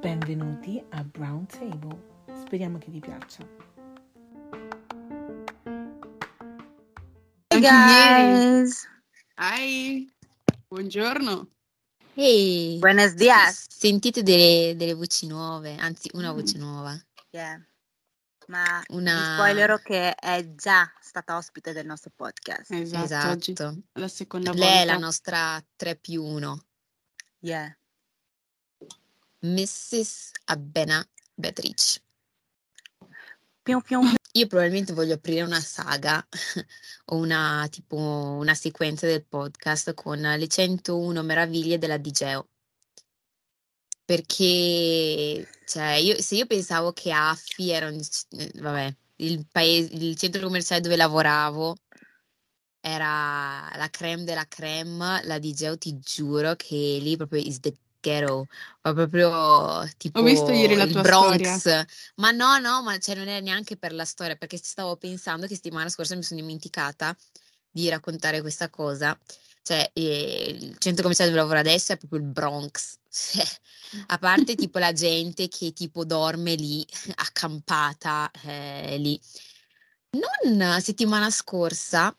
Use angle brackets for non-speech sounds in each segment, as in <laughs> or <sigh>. Benvenuti a Brown Table. Speriamo che vi piaccia. Hey guys. Hi, buongiorno. Hey. Buenos dias. Sentite delle, delle voci nuove, anzi una Mm, voce nuova. Yeah. Ma Una... vi spoilerò che è già stata ospite del nostro podcast. Esatto, oggi è Esatto. la seconda Lei è volta. la nostra 3 più 1, Yeah. Mrs. Abbena Beatrice. Pium pium. Io probabilmente voglio aprire una saga <laughs> o una, tipo, una sequenza del podcast con le 101 meraviglie della Digeo. Perché cioè, io, se io pensavo che Affi era un- eh, vabbè, il, paese, il centro commerciale dove lavoravo era la creme della creme, la Digeo ti giuro che lì proprio is the ghetto, ma proprio tipo visto ieri la il tua Bronx. Ma no, no, ma cioè, non è neanche per la storia, perché ci stavo pensando che settimana scorsa mi sono dimenticata di raccontare questa cosa. Cioè, eh, il centro commerciale dove lavoro adesso è proprio il Bronx. <laughs> Cioè, a parte tipo la gente che tipo dorme lì, <laughs> accampata eh, lì. Non settimana scorsa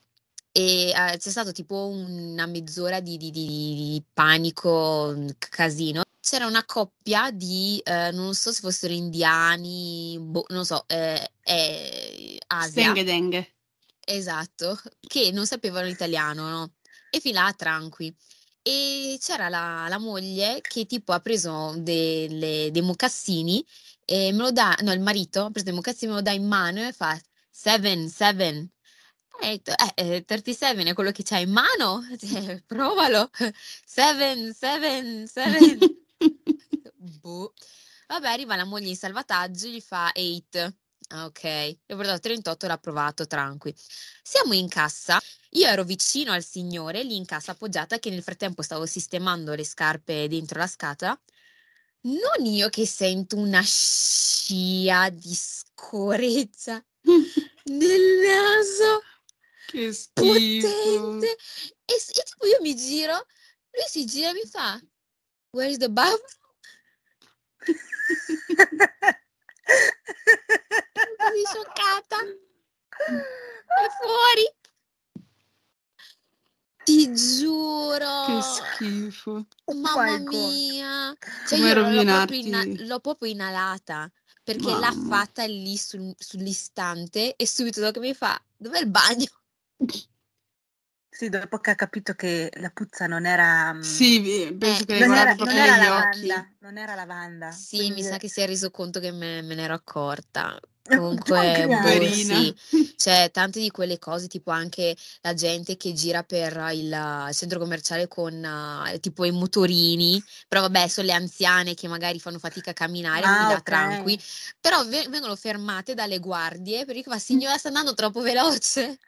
e, eh, c'è stato tipo una mezz'ora di, di- di- di panico, mm, c- casino. C'era una coppia di, eh, non so se fossero indiani, boh, non so, eh, eh, Asia. Stenghe <laughs> denghe. Esatto, che non sapevano l'italiano, no? E fin là tranqui. E c'era la, la moglie che tipo ha preso delle- dei mocassini e me lo dà, no, il marito ha preso dei mocassini, me lo dà in mano e fa seven, seven. E ho detto, eh, eh, 37 è quello che c'hai in mano, <laughs> Cioè, provalo. Seven, seven, seven. Boh. Vabbè, arriva la moglie in salvataggio, gli fa 8. Ah, ok, gli ho portato 38, l'ha provato, tranqui. Siamo in cassa, io ero vicino al signore, lì in cassa appoggiata, che nel frattempo stavo sistemando le scarpe dentro la scatola. Non io che sento una scia di scoreggia nel naso che schifo. potente. E, s- e tipo io mi giro, lui si gira e mi fa, where's the bathroom? Così scioccata, è fuori. Ti Che giuro, schifo. mamma my God. mia. Cioè Come io l'ho proprio, rovinarti. ina- l'ho proprio inalata, perché l'ha Mamma. fatta lì sul- sull'istante e subito dopo mi fa, dov'è il bagno? <laughs> Sì, dopo che ha capito che la puzza non era... mm, Sì, vi- penso Eh, che l'hai Non era, guardato non proprio era negli occhi. lavanda. Non era lavanda. Sì, mi Quindi- sa che si è reso conto che me, me ne <laughs> ero accorta. Eh, Comunque, Adriana. boh, Poverina. sì. <laughs> Cioè, tante di quelle cose, tipo anche la gente che gira per eh, il eh, centro commerciale con eh, tipo i motorini, però vabbè, sono le anziane che magari fanno fatica a camminare, quindi Ah, là ok. tranqui, però ve- vengono fermate dalle guardie perché Mm. la signora sta andando troppo veloce.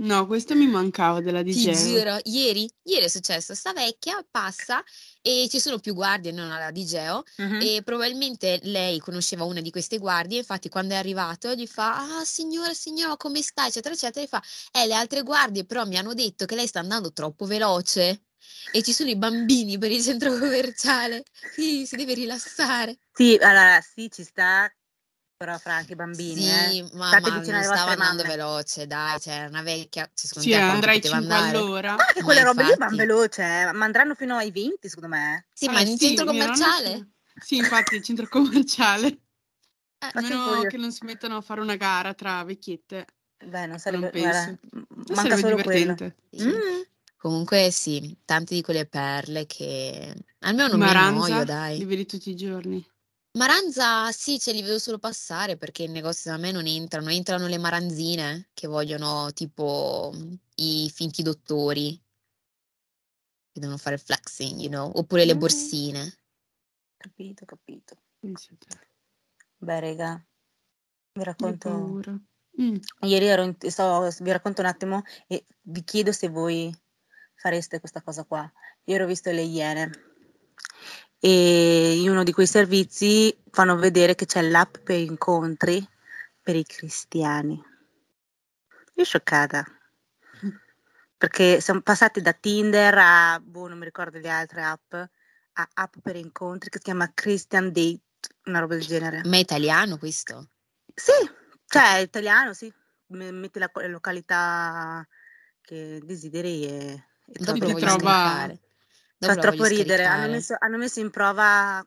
No, questo mi mancava della Ti certo. DJ. giuro, ieri, ieri è successo, sta vecchia passa e ci sono più guardie, non alla Digeo, Mhm. e probabilmente lei conosceva una di queste guardie, infatti quando è arrivato gli fa, ah signora, signora, come sta, eccetera, eccetera, e fa, eh, le altre guardie però mi hanno detto che lei sta andando troppo veloce e ci sono i bambini per il centro <laughs> commerciale, quindi si deve rilassare. Sì, allora, sì, ci sta, però fra anche i bambini, Sì, eh. ma, State vicino ma non alle stava vostre andando mamme. veloce, dai, c'era una vecchia, cioè, Sì, secondo te a quanto andrai poteva 5 andare? Ah, all'ora. Ma anche ma Ah, quelle robe lì infatti. vanno veloce, eh, ma andranno fino ai 20, secondo me. eh. Sì, Ah, ma in sì, centro mia nonna commerciale? sì. Sì, infatti, il centro <laughs> commerciale. Eh, A Ma meno tipo io- che non si mettano a fare una gara tra vecchiette. Beh, non sarebbe... Non penso. guarda, m- Non manca sarebbe solo quello. divertente. Sì. Mm. Comunque sì, tante di quelle perle che almeno non mi Maranza, annoio, dai. li vedi tutti i giorni. Maranza sì, ce li vedo solo passare perché in negozio da me non entrano, entrano le maranzine che vogliono tipo i finti dottori che devono fare flexing, you know, oppure le Mm. borsine. Capito, capito. Pensa te, Beh, raga, vi che racconto... paura. Mm. Ieri ero in- sto- vi racconto un attimo e vi chiedo se voi fareste questa cosa qua. Ieri ho visto le Iene e in uno di quei servizi fanno vedere che c'è l'app per incontri per i cristiani. Io scioccata. Perché siamo passati da Tinder a, boh, non mi ricordo le altre app, ha app per incontri che si chiama Christian Date, una roba del genere. Ma è italiano questo? Sì, cioè è italiano, sì. M- Metti la co- la località che desideri e, e Sì, Dopo lo ti trovi. voglio trova- scaricare. Dopo Fa lo troppo voglio ridere. Hanno scaricare. messo, hanno messo in prova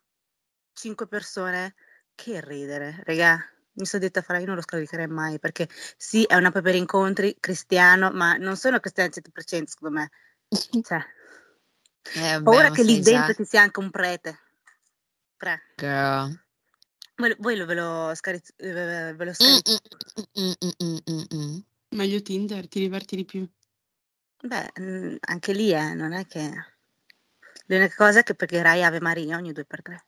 5 persone. Che ridere, raga. Mi sono detta, fra, io non lo scaricherei mai perché sì, è una per incontri cristiano, ma non sono cristiano al 100%, secondo <laughs> me. Cioè, Eh, vabbè, paura ma che lì sai già, dentro ci sia anche un prete. Pre. girl. Voi, voi lo- ve lo scaricate? Ve lo Mm, scaric- mm, mm, mm, mm, mm, mm, mm. Meglio Tinder, ti diverti di più. Beh, mm, anche lì eh, non è che... L'unica cosa è che pagherai Ave Maria ogni due per tre.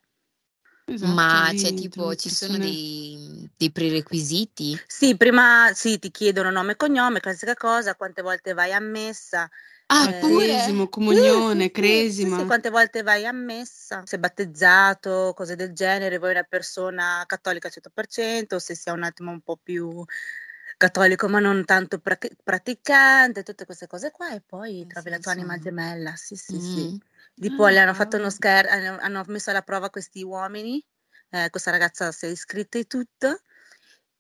Esatto, Ma lì cioè, trovi tipo, ci sono persone- dei, dei prerequisiti? Sì, prima sì, ti chiedono nome e cognome, classica cosa, quante volte vai a messa. Ah, eh, pure? Cresimo, comunione, <laughs> Sì, sì, sì, cresima. sì, <laughs> sì, quante volte vai a messa, se battezzato, cose del genere, vuoi una persona cattolica al 100%, se sei un attimo un po' più cattolico ma non tanto pra- praticante, tutte queste cose qua e poi Eh Nel trovi la tua senso- anima gemella, sì, sì, sì. Mm. Tipo, le hanno fatto Ah. uno scherzo, hanno, hanno messo alla prova questi uomini, eh, questa ragazza si è iscritta e tutto,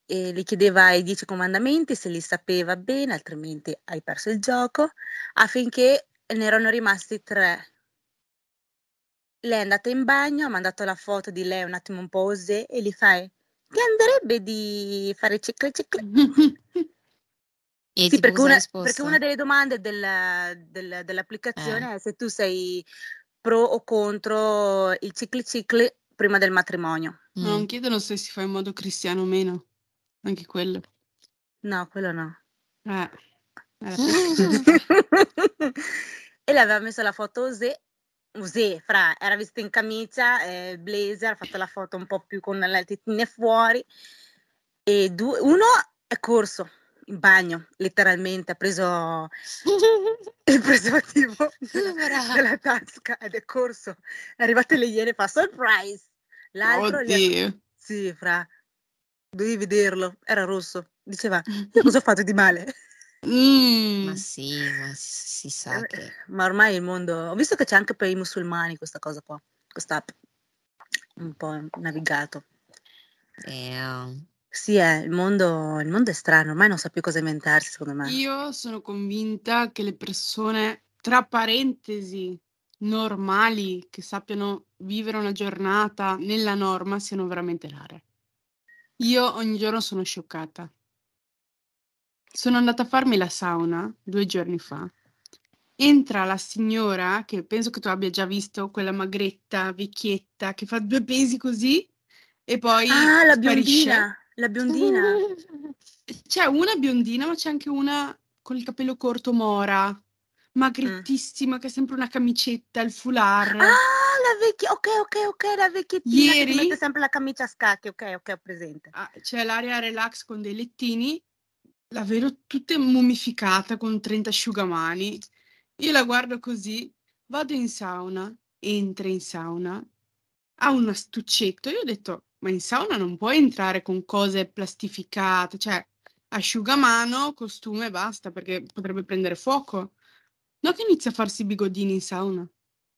e gli chiedeva i dieci comandamenti, se li sapeva bene, altrimenti hai perso il gioco, affinché ne erano rimasti tre. Lei è andata in bagno, ha mandato la foto di lei un attimo un po' osè e gli fai, ti andrebbe di fare cicle cicle? E Sì, tipo, perché cosa ha una, risposto? perché una delle domande del- del- dell'applicazione è se tu sei pro o contro il cicli cicli prima del matrimonio. Mm. Non chiedono se si fa in modo cristiano o meno. Anche quello. No, quello no. <laughs> Eh. Eh. e le aveva messo la foto Osé. Osé, fra, era vestita in camicia, eh, blazer, ha fatto la foto un po' più con le tettine fuori. E due, uno è corso in bagno, letteralmente, ha preso il preservativo Povera. della tasca ed è corso. È arrivata le iene e fa surprise. L'altro gli ha- Oddio. Sì, fra. Dovevi vederlo, era rosso. Diceva, io <laughs> cosa ho fatto di male? Mm. Ma sì, ma si, si sa che... Ma ormai il mondo... Ho visto che c'è anche per i musulmani questa cosa qua, questa app. Un po' navigato. um, <laughs> eh, Sì, eh, il, mondo, il mondo è strano, ormai non sa più cosa inventarsi, secondo me. Io sono convinta che le persone, tra parentesi, normali, che sappiano vivere una giornata nella norma, siano veramente rare. Io ogni giorno sono scioccata. Sono andata a farmi la sauna due giorni fa. Entra la signora, che penso che tu abbia già visto, quella magretta, vecchietta, che fa due pesi così e poi Ah, la sparisce. biondina! La biondina! C'è una biondina, ma c'è anche una con il capello corto mora, magrettissima, che è sempre una camicetta, il foulard. Ah, la vecchia, ok, ok, ok, la vecchiettina che Mm. Ieri- ti mette sempre la camicia a scacchi, ok, ok, ho presente. Ah, c'è l'area relax con dei lettini, la vedo tutta mummificata con 30 asciugamani. Io la guardo così, vado in sauna, entra in sauna, ha un astuccetto. Io ho detto, ma in sauna non puoi entrare con cose plastificate, cioè asciugamano, costume e basta, perché potrebbe prendere fuoco. No che inizia a farsi i bigodini in sauna.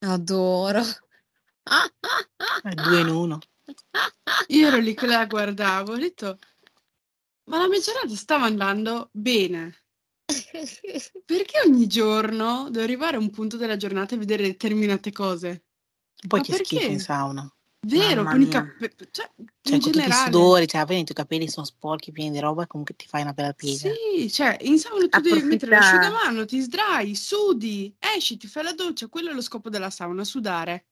Adoro. Ma è <laughs> due in uno. Io ero lì che la guardavo, ho detto, ma la mia giornata stava andando bene. Perché ogni giorno devo arrivare a un punto della giornata e vedere determinate cose? Poi Ma che perché? schifo in sauna. Vero, Mamma con i mia. capelli, cioè, Cioè, in con tutti i generale. sudori, cioè, appena i tuoi capelli sono sporchi, pieni di roba, comunque ti fai una bella piega. Sì, cioè, in sauna tu devi Approfitta- mettere l'asciugamano, ti sdrai, sudi, esci, ti fai la doccia, quello è lo scopo della sauna, sudare.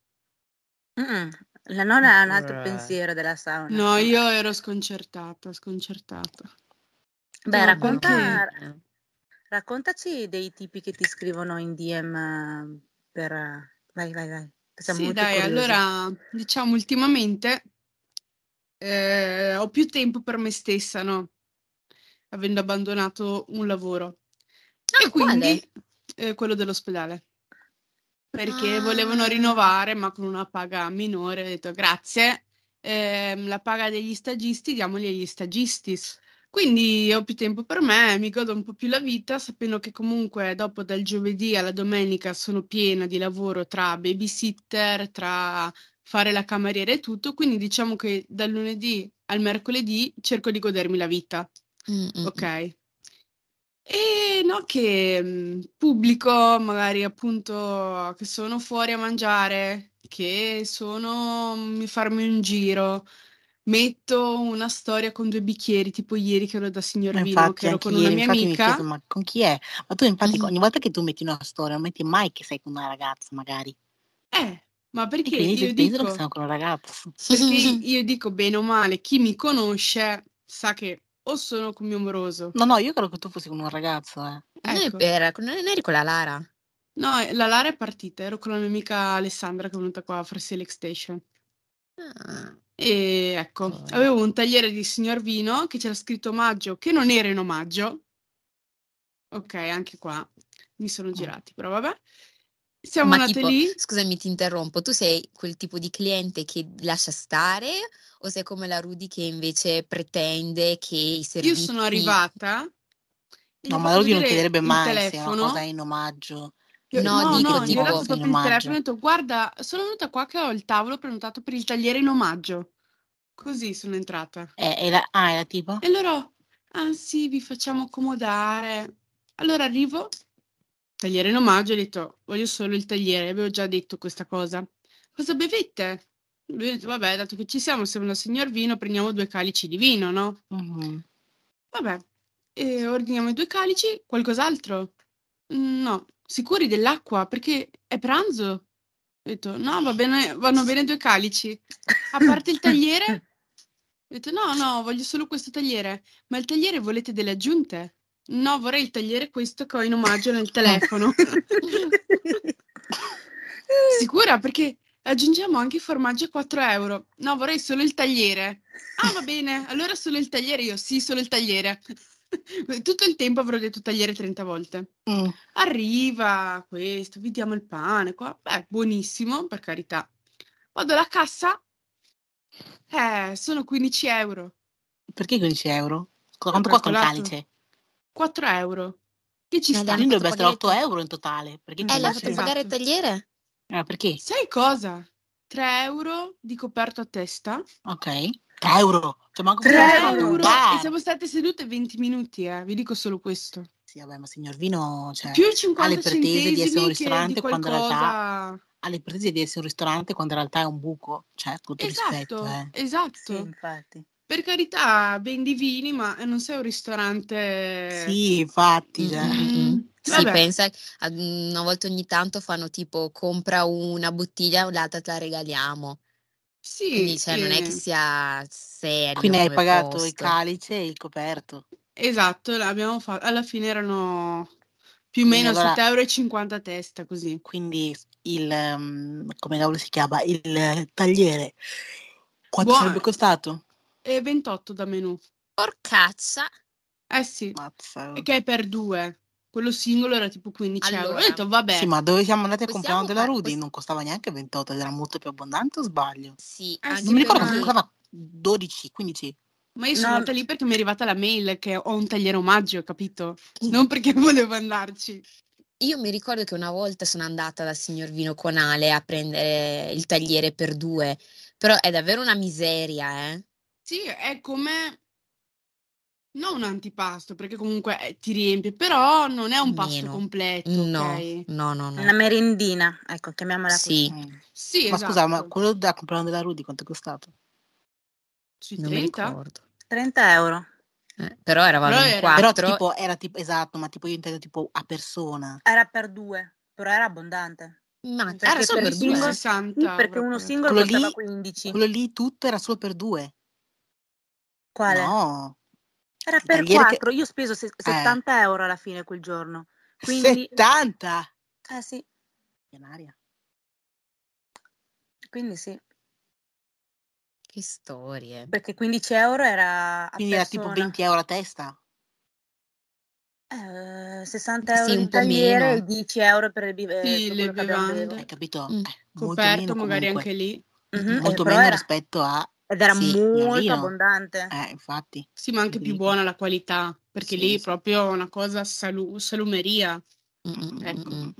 Mm, la nonna ha un altro Eh. pensiero della sauna. No, io ero sconcertata, sconcertata. Beh, no, racconta- perché? raccontaci dei tipi che ti scrivono in DM eh, per... eh, Vai, vai, vai. che siamo Sì, molto dai, curiosi. allora diciamo ultimamente eh, ho più tempo per me stessa, no? Avendo abbandonato un lavoro. Ah, e quindi eh, quello dell'ospedale. Perché Ah. volevano rinnovare, ma con una paga minore, ho detto grazie. ehm, la paga degli stagisti, diamogli agli stagisti. Quindi ho più tempo per me, mi godo un po' più la vita, sapendo che comunque dopo dal giovedì alla domenica sono piena di lavoro tra babysitter, tra fare la cameriera e tutto, quindi diciamo che dal lunedì al mercoledì cerco di godermi la vita, Mm, mm, mm. ok? E no che mm, pubblico magari appunto che sono fuori a mangiare, che sono mm, mi farmi un giro. Metto una storia con due bicchieri, tipo ieri che ero da signor Ma Vino, infatti, che ero anche con una ieri, mia infatti mi amica. chiedo, ma con chi è? Ma tu infatti Mhm. ogni volta che tu metti una storia, non metti mai che sei con una ragazza magari. Eh, ma E perché quindi io io pensano dico, che sono con un ragazzo. perché <laughs> io dico bene o male, chi mi conosce sa che o sono con mio moroso. No, no, io credo che tu fossi con un ragazzo, eh. Non è Ecco. vera, non eri con la Lara. No, eh, la Lara è partita, ero con la mia amica Alessandra che è venuta qua a fare Select Station. Ah, E ecco, Poi. avevo un tagliere di signor Vino che c'era scritto omaggio, che non era in omaggio. Ok, anche qua mi sono Ah. girati, però vabbè. Siamo Ma andate tipo, lì. scusami, ti interrompo, tu sei quel tipo di cliente che lascia stare o sei come la Rudy che invece pretende che i Io servizi... sono arrivata. e gli No, ho ma fatto lui non vedere chiederebbe il mai se è una telefono. cosa è in omaggio. Io- No, no, dico, no, gli ho tipo- dato in proprio il omaggio. telefono e ho detto guarda, sono venuta qua che ho il tavolo prenotato per il tagliere in omaggio. Così sono entrata. Eh, è la, ah, è la tipo? E loro, ah sì, vi facciamo accomodare. Allora arrivo, tagliere in omaggio, ho detto voglio solo il tagliere, avevo già detto questa cosa. Cosa bevete? Lui ha detto vabbè, dato che ci siamo, siamo da signor vino, prendiamo due calici di vino, no? Mhm. Vabbè, e ordiniamo i due calici, qualcos'altro? Mm, No, sicuri dell'acqua perché è pranzo? Ho detto no, va bene, vanno bene due calici. A parte il tagliere? Ho detto no, no, voglio solo questo tagliere. Ma il tagliere volete delle aggiunte? No, vorrei il tagliere questo che ho in omaggio <laughs> nel telefono. <laughs> Sicura perché aggiungiamo anche i formaggi a 4 euro. No, vorrei solo il tagliere. Ah, va bene, allora solo il tagliere io, sì, solo il tagliere. <laughs> Tutto il tempo avrò detto tagliere 30 volte. Mm. Arriva questo, vi diamo il pane qua. Beh, buonissimo, per carità. Vado alla cassa. Eh, sono 15 euro, Perché 15 euro? Ho Quanto costa un calcolato. calice? 4 euro. Che ci Ma sta? dai, Quindi hanno dovrebbe essere 8 fatto pagare euro in totale. Perché Eh, l'ha Esatto, fatto 15? esatto. pagare il tagliere? Ah, perché? Sai cosa? 3 euro di coperto a testa. Ok. 3 euro. Cioè, manco 3 fosse una euro. serata, un bar. E siamo state sedute 20 minuti, eh. Vi dico solo questo. Sì, vabbè, ma signor Vino, cioè, Più 50 alle pretese di essere un centesimi che di ristorante quando in realtà qualcosa. ha le pretese di essere un ristorante quando in realtà è un buco. Cioè, con tutto rispetto, Esatto, eh. Sì, esatto. infatti. Per carità, ben divini, ma non sei un ristorante. Sì, infatti, cioè. Eh, Mm, mm, mm. Sì, Vabbè. pensa, ad- una volta ogni tanto fanno tipo compra una bottiglia, l'altra te la regaliamo. Sì, Quindi cioè, non è eh, che sia serio Quindi hai come pagato il posto. calice e il coperto. esatto, l'abbiamo fatto. Alla fine erano più o Quindi meno allora- 7,50 euro a testa, così. Quindi il, ehm, come cavolo si chiama, il tagliere. Quanto Buono. sarebbe costato? E 28 da menù. Porcaccia. Eh sì, Mazza. perché è per due. Quello singolo era tipo 15 euro. Ho Allora. detto, vabbè. Sì, ma dove siamo andati a Possiamo comprare della fare- Rudy? poss- Non costava neanche 28, ed era molto più abbondante o sbaglio? Sì, Ah, anche sì, Non mi ricordo perché- quanto ma- costava 12, 15. Ma io sono No. andata lì perché mi è arrivata la mail che ho un tagliere omaggio, capito? Non perché <laughs> volevo andarci. Io mi ricordo che una volta sono andata da signor Vino con Ale a prendere il tagliere per due, però è davvero una miseria, eh? Sì, è come... Non un antipasto, perché comunque eh, ti riempie, però non è un pasto Meno. completo, No, ok? no, no, no. Una merendina, ecco, chiamiamola Sì, Mm. Sì, Ma esatto. scusa, ma quello da comprare della Rudy quanto è costato? Sui non mi 30? ricordo. 30 euro. Eh, però eravamo Però in era- Però quattro. tipo, era tipo, esatto, ma tipo io intendo tipo a persona. Era per due, però era abbondante. Ma Eh, Perché era solo per per il due. singolo- 60 Sì, perché proprio. uno singolo Quello costava lì- 15. Quello lì tutto era solo per due. Quale? No. era il per tagliere che- Eh. quattro. Io ho speso se- 70 euro alla fine quel giorno. Quindi, 70! eh sì, Milionaria. quindi sì. Che storie. Perché 15 euro era a Quindi era tipo persona. 20 euro a testa. Eh, 60 euro Sì, un di po' tagliere meno. e 10 euro per le, bive- Sì, per le quello che abbiamo bevande. bevuto. Hai capito? Mm. Eh, molto meno Coperto comunque. magari Mm-hmm. anche lì. Mhm, eh, Molto però meno era- rispetto a Ed era Sì, molto merino. abbondante. Eh, infatti. Sì, ma anche più Dico. buona la qualità, perché Sì, lì è sì. proprio una cosa salu- salumeria. Mm, mm, mm, Ecco. mm.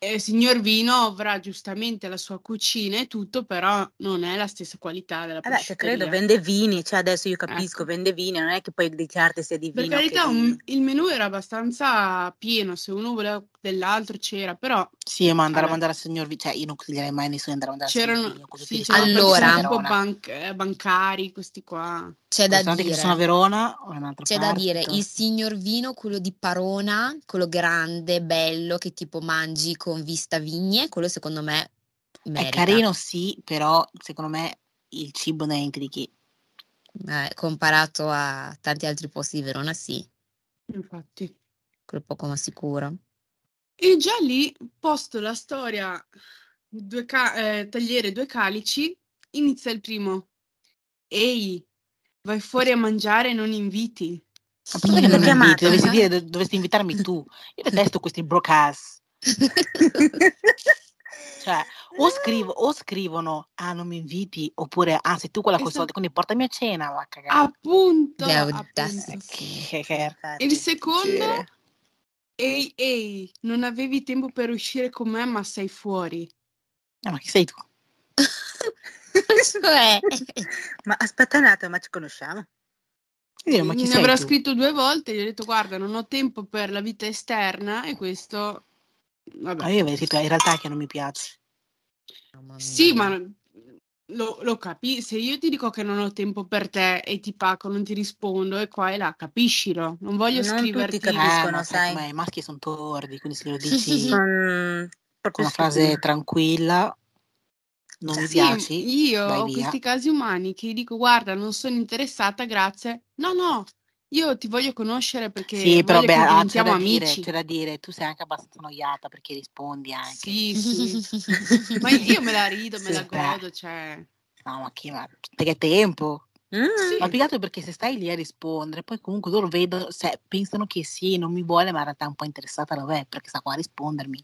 Eh, Il signor Vino avrà giustamente la sua cucina e tutto, però non è la stessa qualità della Vabbè, che pasticceria. Eh, eh. credo, vende vini, cioè adesso io capisco, Ecco. vende vini, non è che puoi dichiararti sia di Per vino. carità, che di- un- il menù era abbastanza pieno, se uno voleva dell'altro c'era, però Sì, ma andare Vabbè. a mandare al signor Vi- cioè io non consiglierei mai a nessuno di andare a mandare al signor c'erano, Vigno, così sì, ti c'erano risparmi Allora. una persone un po' Verona. banc- eh, bancari, questi qua. C'è da Ristoranti che ci sono a dire, eh. Verona o in un'altra c'è da parte. dire, il signor Vino, quello di Parona, quello grande, bello, che tipo mangi con vista vigne, quello secondo me È merita. carino, sì, però secondo me il cibo non è niente di che. Eh, comparato a tanti altri posti di Verona, sì, Infatti. quello poco ma sicuro. <laughs> E già lì, posto la storia, due ca- eh, tagliere, due calici, inizia il primo. Ehi, vai fuori a mangiare e non inviti. Ma perché non mi inviti? chiamato? Dovresti, dire- dov- dovresti invitarmi tu. Io detesto questi broadcast. Cioè, Ah. Eh, o, scrivo- o scrivono, ah non mi inviti, oppure, ah sei tu quella con i Esatto. soldi, quindi portami a cena, va a Ah, cagare. Appunto, The appunto. audacity. Che- che- E il secondo, Sì. ehi, ehi, non avevi tempo per uscire con me, ma sei fuori. Ah, ma chi sei tu? Cioè, Ma aspetta un attimo, ma ci conosciamo? Io, Eh, ma chi ne sei avrà tu? scritto due volte, gli ho detto guarda, non ho tempo per la vita esterna e questo... Vabbè. Ah, io avevo scritto, in realtà è che non mi piace. Mamma mia. Sì, ma lo, lo capi. Se io ti dico che non ho tempo per te e ti pacco, non ti rispondo e qua e là, capiscilo. Non voglio Non tutti scriverti. Eh, capiscono. ma sai sai. com'è? I maschi sono tordi, quindi se lo dici con Sono proprio una frase stupidi. tranquilla, non Già. mi Sì, piaci, io vai ho via. questi casi umani che dico, guarda, non sono interessata, grazie. No, no, io ti voglio conoscere perché Sì, però beh, voglio che ah, c'è, diventiamo da dire, amici. c'è da dire, tu sei anche abbastanza noiata perché rispondi anche. Sì, sì. <laughs> Ma io me la rido, me Sì, la beh. godo, cioè... No, ma che, ma perché è tempo? Mm. Sì. Ma più che altro perché se stai lì a rispondere, poi comunque loro vedono, se pensano che sì, non mi vuole, ma in realtà è un po' interessata lo è, perché sta qua a rispondermi.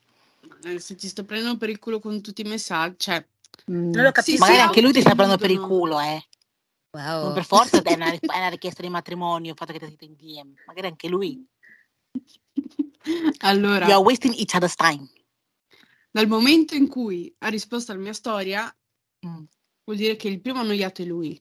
Eh, Se ti sto prendendo per il culo con tutti i messaggi, cioè... <laughs> Non lo Mm. capisco. Sì, Magari sì, anche lui ti sta prendendo per il autoilludono. culo, eh. Wow. Non per forza è una, è una richiesta di matrimonio, il fatto che ti siete in DM. Magari anche lui. Allora, You are wasting each other's time. dal momento in cui ha risposto alla mia storia, Mm. vuol dire che il primo annoiato è lui.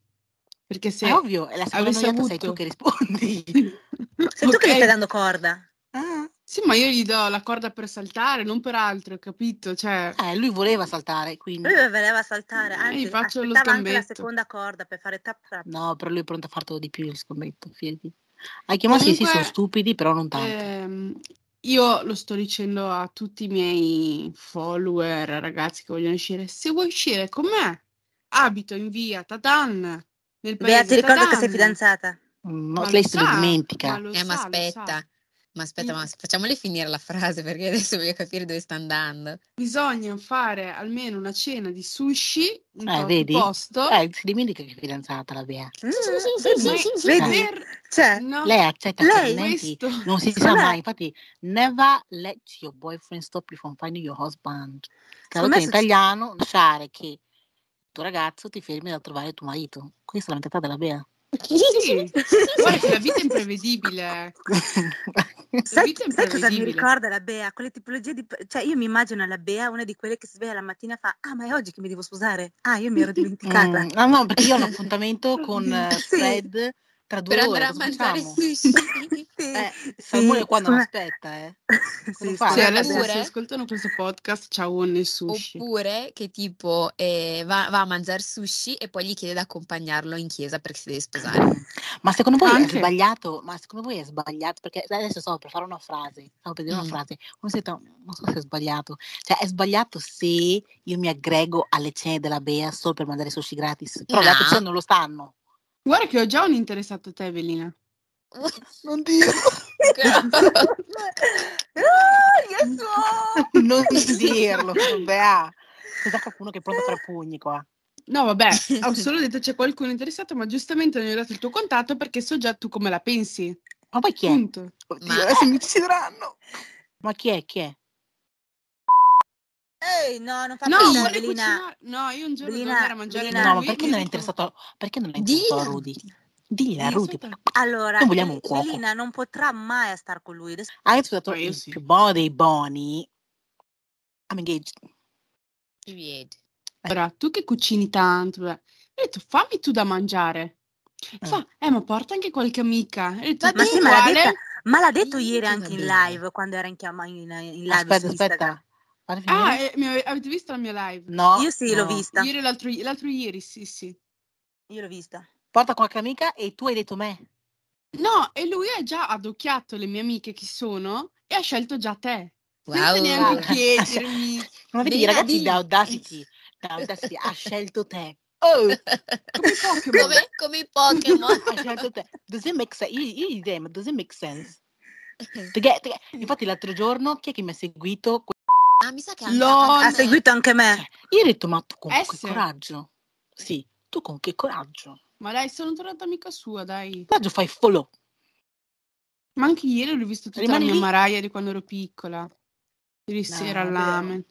Perché se... <laughs> È ovvio, è la seconda avessi noiata sei avuto- tu che <laughs> rispondi. Sei tu che gli Ok. stai dando corda. Ah. Sì, ma io gli do la corda per saltare, non per altro, capito? Cioè, Eh, lui voleva saltare, quindi... Lui voleva saltare, Eh, anzi, gli faccio lo aspettava anche la sgambetto. seconda corda per fare tap tap. No, però lui è pronto a fartelo di più, il scommetto, fidati. Anche maschi sì, Comunque, sono stupidi, però non tanto. ehm, io lo sto dicendo a tutti i miei follower, ragazzi che vogliono uscire. Se vuoi uscire con me, abito in via Tadan, nel Bea, paese ti ricordo che Tadan. sei fidanzata. Mm, No, Ma lei lo se lo sa, dimentica. lo Eh, ma sa, lo sa. aspetta, <laughs> ma aspetta, Mm. ma facciamole finire la frase perché adesso voglio capire dove sta andando. Bisogna fare almeno una cena di sushi in Eh, qualche vedi? posto. Eh, si dimentica che è fidanzata la Bea. Mm, Per- vedi? per- Cioè, no, Lei accetta Lei? complimenti, <laughs> questo. non si sa Secondo me- mai. Infatti, never let your boyfriend stop you from finding your husband. Caro me che in succe- italiano, lasciare che il tuo ragazzo ti fermi dal trovare tuo marito. Questa è la mentalità della Bea. <laughs> Sì. Guarda che la vita è imprevedibile. eh. La sai, vita è sai cosa mi imprevedibile. ricorda la Bea? Quelle tipologie di... Cioè, io mi immagino la Bea, una di quelle che si sveglia la mattina e fa Ah, ma è oggi che mi devo sposare? Ah, io mi ero <laughs> dimenticata. Mm, no, no, perché io ho un appuntamento con eh, Sì. Fred tra due Per ore. andare a cosa mangiare facciamo? sushi. Sì, Eh, sì, Salmone qua non scusa. aspetta, eh. <laughs> Sì, fa? scusa, Sì, Cioè, adesso Bea. se ascoltano questo podcast, ciao nel sushi. Oppure che tipo eh, va, va a mangiare sushi e poi gli chiede di accompagnarlo in chiesa perché si deve sposare. Ma secondo voi Anche. è sbagliato? Ma secondo voi è sbagliato? Perché adesso stavo per fare una frase, stavo per dire Mm. una frase, uno si è detto, non so se è sbagliato. Cioè, è sbagliato se io mi aggrego alle cene della Bea solo per mandare sushi gratis. Però le altre No. cene non lo stanno. Guarda che ho già un interessato a te, Evelina. Non dire. Ah, yes, <laughs> wow. non dirlo, <laughs> Bea. Cos'è qualcuno che è pronto a fare pugni qua? No, vabbè, ho solo detto c'è qualcuno interessato, ma giustamente non gli ho dato il tuo contatto perché so già tu come la pensi. Ma poi chi è? Punto. Oddio, Ma- adesso mi uccideranno. Ma chi è? Chi è? Ehi, no, non fa No, niente, vuole Belina. cucinare. No, io un giorno devo Belina, andare a mangiare Belina, da No, ma lui perché e non è dico- interessato, perché non è interessato a Dilla. Rudy? Dilla a Sì, Rudy. Ah, aspetta. Allora, Noi vogliamo un Be- cuoco. Belina non potrà mai stare con lui. Adesso Hai dato Ma io il sì. più buono dei buoni. I'm engaged. Ti vedi. Allora, tu che cucini tanto, beh. ho detto fammi tu da mangiare. E Fa, eh, ma porta anche qualche amica. E ho detto, Va Ma "Tu sì, ma l'ha quale?" detta, ma l'ha detto Sì, ieri va anche in bene. live, quando era in, chiama, in, in live su Aspetta, Instagram. aspetta. Fai finire. Ah, eh, mi ave- avete visto la mia live? No, eh, Io sì, l'ho no. vista. Ieri l'altro, i- l'altro ieri, sì, sì. Io l'ho vista. Porta qualche amica e tu hai detto me. No, e lui ha già adocchiato le mie amiche chi sono e ha scelto già te. Senza Wow. neanche <laughs> Guarda. chiedermi. Non vedi, i Belina, ragazzi dillo. da Audacity, da Audacity ha scelto te. <laughs> Oh, Come i Pokémon. Come, come i Pokémon. <laughs> ha scelto te. Does it make sense? Io, io gli direi, ma does it make sense? Perché, perché- infatti l'altro giorno chi è che mi ha seguito? ah, mi sa che Lol. anche a Ha me. seguito anche me. Io ho detto, ma tu con S. che coraggio? Sì, tu con che coraggio? Ma dai, sono tornata amica sua, dai. Coraggio fai follow. Ma anche ieri l'ho visto tutta Rimani la mia lì. maraia di quando ero piccola. Ieri sera è vero. all'amen.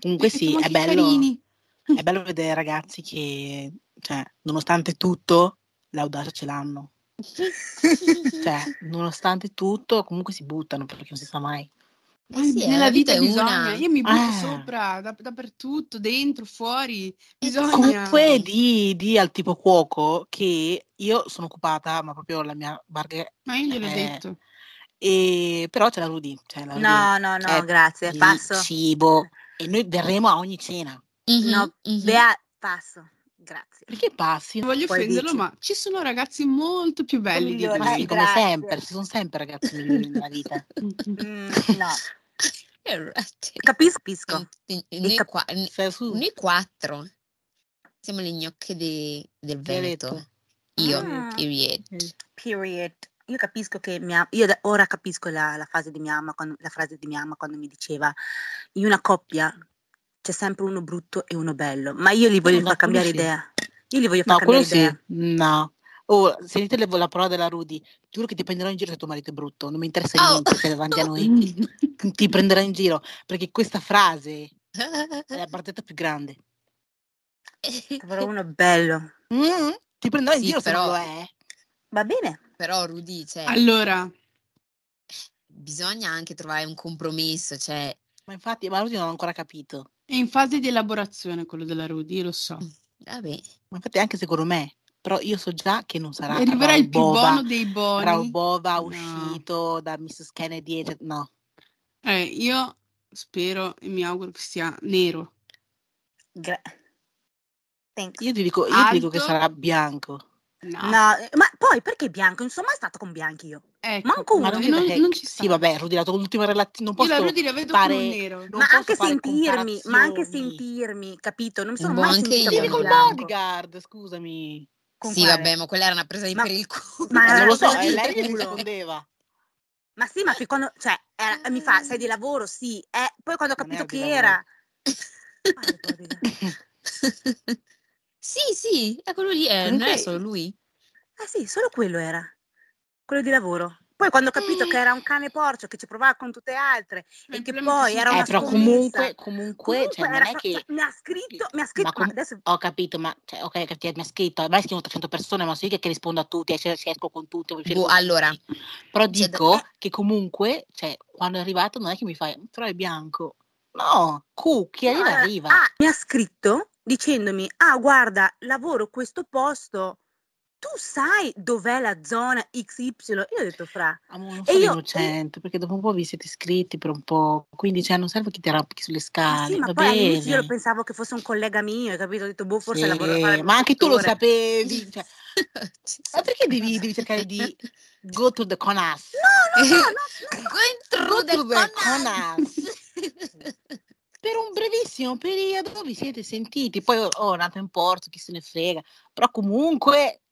Comunque Ho detto, sì, "Ma è che bello, <laughs> carini. è bello vedere ragazzi che, cioè, nonostante tutto, l'audacia ce l'hanno. Cioè, <laughs> nonostante tutto, comunque si buttano perché non si sa mai. Eh sì, eh, Nella la vita vita, è bisogna. una. Io mi butto Ah. sopra, da- dappertutto, dentro, fuori. Bisogna. Comunque di, di al tipo cuoco che io sono occupata, ma proprio la mia barca, Ma io gliel'ho Eh, detto. e, però c'è la Rudy, c'è la Rudy. No, no, no, Eh, grazie. Il Passo. cibo. E noi verremo a ogni cena. Mhm, No, mhm. Bea, passo. Grazie. Perché passi? Non voglio Poi offenderlo, dici. ma ci sono ragazzi molto più belli di Migliori, Ma sì, lui. eh, grazie. come sempre, ci sono sempre ragazzi migliori nella <laughs> <laughs> vita. Mm, no, Eh, right. capisco, capisco. Noi, noi cap- qua- noi- Sei Cioè, su. noi quattro siamo le gnocche de- del Chi ha Veneto. detto? Io, Mm. period. Period. Io capisco che mia, io da- ora capisco la, la fase di mia mamma, quando- la frase di mia mamma quando mi diceva in una coppia c'è sempre uno brutto e uno bello, ma io li voglio no, far cambiare quello sì. idea. Io li voglio far No, quello cambiare idea. sì. No. Oh, sentite le- la parola della Rudy. Giuro che ti prenderò in giro se tuo marito è brutto. Non mi interessa Oh. niente se è davanti <laughs> a noi. Ti prenderò in giro. Perché questa frase è la barzetta più grande. Avrò uno bello. Mm? Ti prenderò in Sì, giro però- se non lo è. Va bene. <laughs> Però Rudy, cioè, Allora, bisogna anche trovare un compromesso, cioè, Ma infatti, ma Rudy non l'ho ancora capito. è in fase di elaborazione quello della Rudy, io lo so. vabbè. Ma infatti anche secondo me. Però io so già che non sarà Arriverà il più Raubova- buono dei buoni. Raubova No. uscito da Mrs. Kennedy. e- No. Eh, io spero e mi auguro che sia nero. Gra- Thanks. Io ti dico, io ti Alto. dico che sarà bianco. No, No, eh, ma poi perché bianco? Insomma, è stato con bianchi io. ecco. manco uno. Ma E Rudy, non, perché- non ci sta. sì, vabbè, Rudy, la tua ultima relazione. Non Io la posso Rudy la vedo fare- con un nero. non ma posso anche fare sentirmi, ma anche comparazioni. sentirmi, capito? Non mi sono Boh, mai anche sentita io. Vieni con col bianco. bodyguard, scusami. Con sì, quale? vabbè, ma quella era una presa di Ma- per il culo. ma- non lo so, preso è il lei che mi culo. rispondeva. Ma sì, ma che quando, cioè, era- mi fa, sei di lavoro, sì. Eh, poi quando ho Ah. Non capito era di chi lavoro. era... Quale bodyguard? <laughs> sì, sì, è quello lì, eh, non Comunque- è solo lui. Eh sì, solo quello era, quello di lavoro. Poi quando ho Eh. capito che era un cane porcio che ci provava con tutte le altre, Ma e il che problema è poi che era cioè, Eh, sì. una però scommessa. comunque, comunque, comunque cioè, non era è fa- che cioè, mi ha scritto, mi ha scritto, ma, com- adesso ho capito, ma cioè, ok, ho capito, mi ha scritto, ma scrivono 300 persone, ma so io che, che rispondo a tutti, eh, se se esco con tutti. se Boh, con allora, tutti. cioè, però c'è da- dico che comunque, cioè, quando è arrivato non è che mi fai, però è bianco. No, cucchi, No, arriva, eh, arriva. ah, mi ha scritto dicendomi, ah guarda, lavoro questo posto, tu sai dov'è la zona XY? Io ho detto fra, Amore, non E sono io- innocente, perché dopo un po' vi siete iscritti per un po', quindi cioè, non serve che ti arrabbi sulle ma scale, Eh, sì, ma va poi Ah, bene. all'inizio io pensavo che fosse un collega mio, hai capito? Ho detto, boh, forse Sì, lavoro fare ma anche tu lo produttore. sapevi. <laughs> cioè, Ci ma sono- perché devi, devi cercare <laughs> di go to the conas? No, no, no, <laughs> no, Go Go to through the the canals. Per un brevissimo periodo vi siete sentiti, poi oh, è nato in porto, chi se ne frega, però comunque...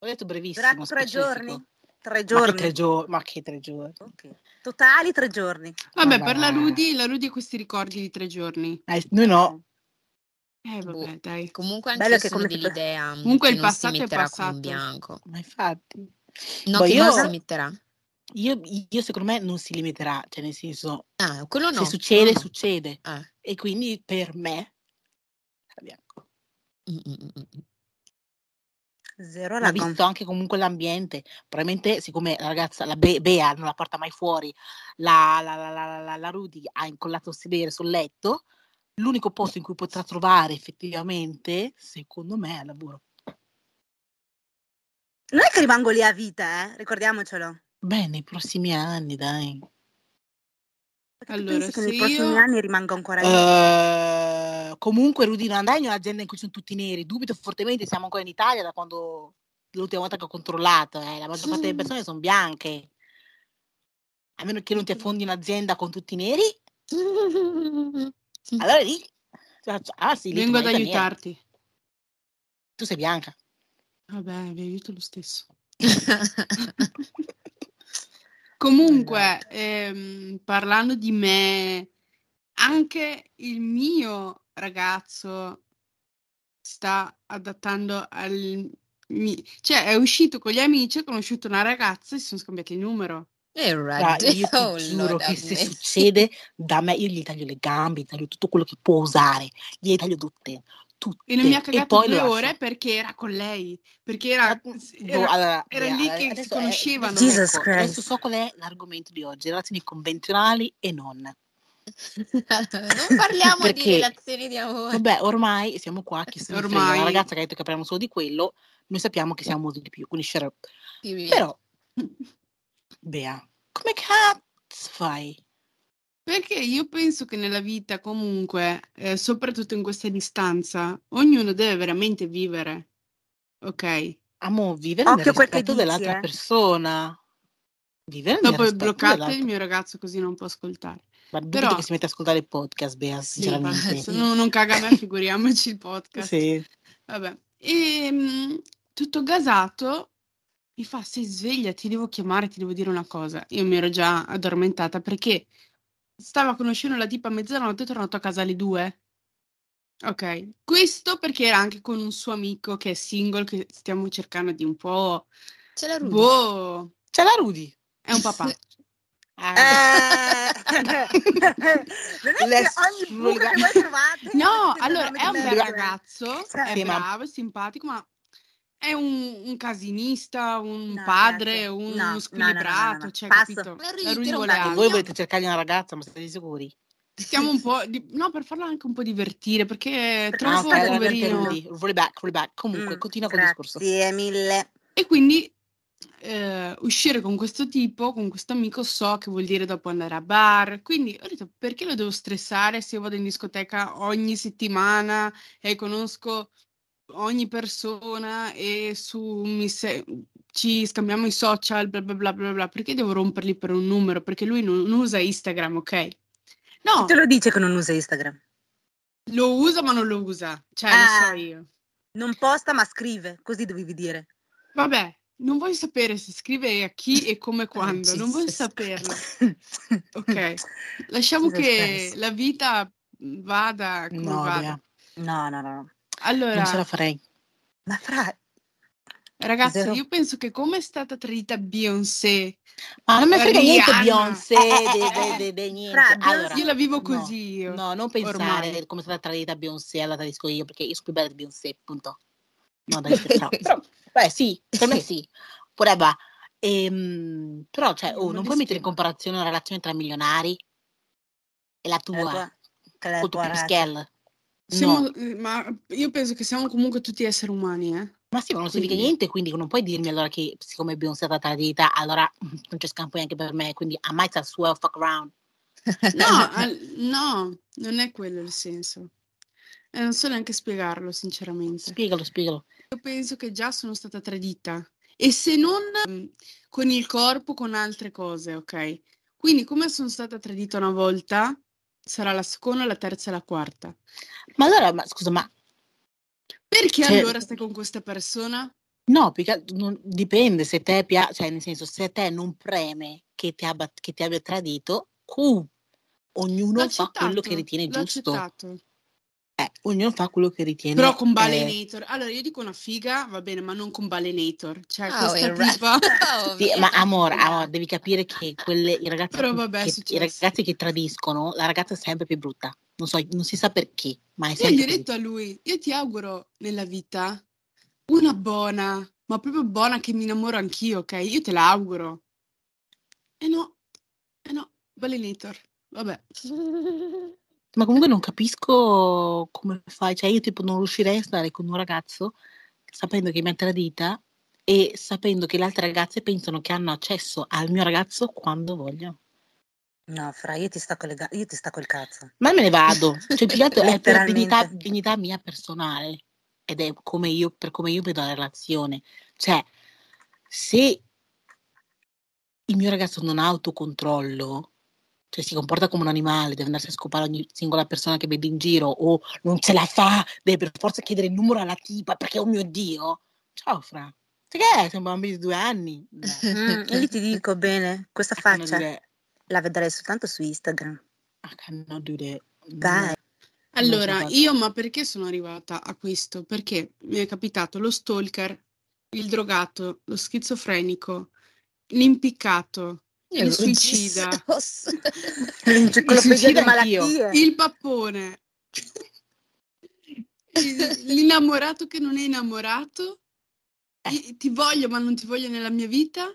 Ho detto brevissimo, Tra tre specifico. giorni? Tre Ma che giorni. tre giorni? Ma che tre giorni? Ok. Totali tre giorni. Vabbè, Ma- per la Rudy, la Rudy ha questi ricordi di tre giorni. Dai, Noi no. Eh, vabbè, Boh. dai. <laughs> Comunque anche Bello io che sono come si- dell'idea mm, Comunque che il non si passato è metterà con un passato. bianco. Ma infatti... No, Boh, che io- non si metterà. Io, io secondo me non si limiterà, cioè nel senso, Ah, quello no. se succede, quello no. succede. Ah, E quindi per me, sarà bianco. mm, mm, mm, mm. Zero Ma raga. visto anche comunque l'ambiente, probabilmente siccome la ragazza, la Be- Bea non la porta mai fuori, la, la, la, la, la- la Rudy ha incollato il sedere sul letto, l'unico posto in cui potrà trovare effettivamente, secondo me, è al lavoro. Non è che rimango lì a vita, eh? ricordiamocelo. Beh, nei prossimi anni, dai. Perché Allora, penso che nei se prossimi io- anni rimango ancora lì. Eh, comunque Rudy non andai in un'azienda in cui sono tutti neri dubito fortemente siamo ancora in Italia da quando l'ultima volta che ho controllato eh, la maggior parte delle persone sono bianche a meno che non ti affondi in un'azienda con tutti neri mm, <laughs> allora lì ah, sì, lì tu Vengo ad non sei nera, aiutarti. tu sei bianca Vabbè, vi aiuto lo stesso. Allora. Comunque, Esatto. ehm, parlando di me, anche il mio ragazzo sta adattando al... mi- Cioè, è uscito con gli amici, ha conosciuto una ragazza e si sono scambiati il numero. E Guarda, Ah, radio, io ti giuro Lord che se have mercy. succede da me io gli taglio le gambe gli taglio tutto quello che può usare gli taglio tutte tutte E non mi ha cagato poi due lo lascio. ore perché era con lei. Perché era... Boh, era- allora, era Bea, lì allora, che si adesso conoscevano. adesso Jesus ecco, Christ. Adesso so qual è l'argomento di oggi, relazioni convenzionali e Eh. non. non parliamo di Perché- relazioni di amore. Vabbè, ormai siamo qua, che se ne frega, Ormai- la ragazza che ha detto che parliamo solo di quello, noi sappiamo che siamo molto di più, quindi shut up. Però, Bea, come cazzo fai? Perché io penso che nella vita, comunque, eh, soprattutto in questa distanza, ognuno deve veramente vivere. Ok? Amo vivere nel Occhio quel che rispetto dici, dell'altra eh. persona. Vivere nel Dopo rispetto bloccate il dell'altra. mio ragazzo così non può ascoltare. Ma dubito però- che si mette a ascoltare il podcast, Bea, Sì, sinceramente. se no- non caga a me, figuriamoci il podcast. Sì. Vabbè. E, mm, tutto gasato mi fa: Sei sveglia, ti devo chiamare, ti devo dire una cosa. Io mi ero già addormentata perché stava conoscendo la tipa a mezzanotte, è tornato a casa alle due. Ok, questo perché era anche con un suo amico che è single, che stiamo cercando di un po'. C'è la Rudy. Boh, C'è la Rudy. è un <laughs> papà. Ah. Eh, <laughs> non è Le che ogni buco sfruga- che voi trovate <laughs> No, mettete allora nome è di un bel merda. ragazzo, è Sì, ma- bravo, è simpatico, ma è un, un casinista, un No, padre, grazie. No, un no, no, no, uno squilibrato, no, no. cioè, Passo. capito? La Rudy La Rudy tira un vuole attimo. E voi volete cercargli una ragazza, ma siete sicuri? Siamo un po', di- no, per farlo anche un po' divertire, perché Perché trovo non si Ah, allora, può niente, poverino. divertire. Rudy, roll it back, roll it back. Comunque, Mm, continua col grazie discorso. mille. E quindi eh, uscire con questo tipo, con questo amico, so che vuol dire dopo andare a bar. Quindi ho detto, perché lo devo stressare se io vado in discoteca ogni settimana e conosco ogni persona e su mi se- ci scambiamo i social, bla bla bla bla bla. Perché devo romperli per un numero? Perché lui non, non usa Instagram, ok? No, Chi te lo dice che non usa Instagram? lo usa ma non lo usa. Cioè, lo so Ah. io. Non posta ma scrive, così dovevi dire. Vabbè, non voglio sapere se scrive a chi e come e quando, non voglio <laughs> Jesus. saperlo. Ok, lasciamo Jesus che Christ. la vita mhmm, vada come No, vada. Bea, No, no, no. no. Allora, non ce la farei. Ma fra... ragazzi, Zero. io penso che come è stata tradita Beyoncé, Ma non mi frega niente Rihanna. Beyoncé, Eh, eh, de, eh, de, eh. de- de niente. Fra, Beyoncé- allora, io la vivo no, così io. No, non pensare ormai. come sarà tradita Beyoncé, alla tradisco io, perché io sono più bella di Beyoncé, punto. No, dai, <laughs> scherzavo. Però, beh, sì, per me sì. Whatever. Ehm, però, cioè, oh, Ma non che puoi mettere in schifo. comparazione una relazione tra milionari e la Che la tua, tua- che la con tu tua più razza. scale. Siamo- No. eh, ma io penso che siamo comunque tutti esseri umani, eh. Ma sì, ma non significa Quindi- niente, quindi non puoi dirmi allora che siccome Beyoncé è stata tradita, allora <laughs> mm, non c'è scampo neanche per me, quindi ammazza il suo fuck around. No, Cioè, eh. al- no, non è quello il senso. E non so neanche spiegarlo, sinceramente. Spiegalo, spiegalo. Io penso che già sono stata tradita e se non mm, con il corpo, con altre cose, ok? Quindi come sono stata tradita una volta, sarà la seconda, la terza e la quarta. Ma allora, ma, scusa, ma Perché Cioè- allora stai con questa persona? no, più che altro, non- dipende se te piace, cioè nel senso, se a te non preme che ti, abba- che ti abbia tradito, cu, ognuno L'ho fa accettato, quello che ritiene l'ho giusto. accettato. Eh, ognuno fa quello che ritiene. Però con eh, Balenator. Allora, io dico una figa, va bene, ma non con Balenator. Cioè, Ah, questa il ra- tipa... Ah, Sì, ovvio. ma amore, amore, devi capire che quelle, i, ragazzi eh, Però vabbè, è che, i successo. ragazzi che tradiscono, la ragazza è sempre più brutta. Non, so, non si sa perché, ma è Io gli sempre ho così. detto a lui, io ti auguro nella vita una buona, ma proprio buona che mi innamoro anch'io, ok? Io te la auguro. E no, e no, Balenator. Vabbè. Ma comunque non capisco come fai. Cioè, io tipo non riuscirei a stare con un ragazzo sapendo che mi ha tradita e sapendo che le altre ragazze pensano che hanno accesso al mio ragazzo quando vogliono. No, fra, io ti stacco, le ga- io ti stacco il cazzo. Ma me ne vado. Cioè, più che altro è per Letteralmente. dignità, dignità mia personale ed è come io, per come io vedo la relazione. Cioè, se il mio ragazzo non ha autocontrollo, cioè si comporta come un animale, deve andarsi a scopare ogni singola persona che vede in giro o non ce la fa, deve per forza chiedere il numero alla tipa perché, oh mio Dio, ciao Fra. Cioè, che è? Siamo bambini di due <laughs> anni. No, Mm-hmm, Mm, io ti dico bene, questa Eh, I cannot do faccia that. la vedrai soltanto su Instagram. I cannot do that. Dai. Allora, fatto. io ma perché sono arrivata a questo? Perché mi è capitato lo stalker, il drogato, lo schizofrenico, l'impiccato, Io il lo suicida. giusto. <laughs> L'enciclopedia di suicida anch'io. malattie. Il pappone. L'innamorato che non è innamorato. I- Ti voglio ma non ti voglio nella mia vita.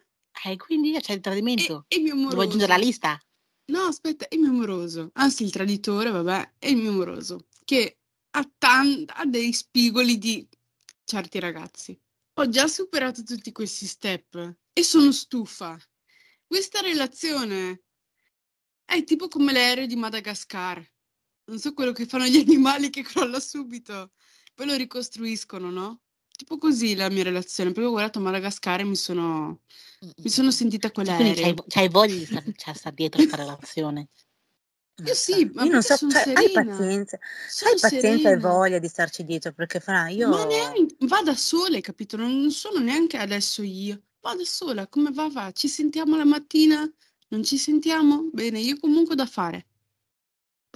E Eh, quindi c'è il E, tradimento. e il mio Devo amoroso. aggiungere la lista. No, aspetta, e il mio amoroso. Anzi, il traditore, vabbè, è il mio amoroso. Che ha, tan- ha dei spigoli di certi ragazzi. Ho già superato tutti questi step e sono stufa. Questa relazione è tipo come l'aereo di Madagascar. Non so quello che fanno gli animali che crolla subito. Poi lo ricostruiscono, no? Tipo così la mia relazione. Perché ho guardato Madagascar e mi sono, mi sono sentita con Cioè, quindi c'hai, l'aereo. c'hai voglia di stare dietro a questa relazione. Io eh, sì, ma io non perché so, sono cioè, hai serena. pazienza, Sono hai pazienza e serena. voglia di starci dietro perché fra io Ma neanche, va da sola, hai capito? Non non sono neanche adesso io. Va da sola, come va va? Ci sentiamo la mattina? Non ci sentiamo? Bene, io comunque ho da fare.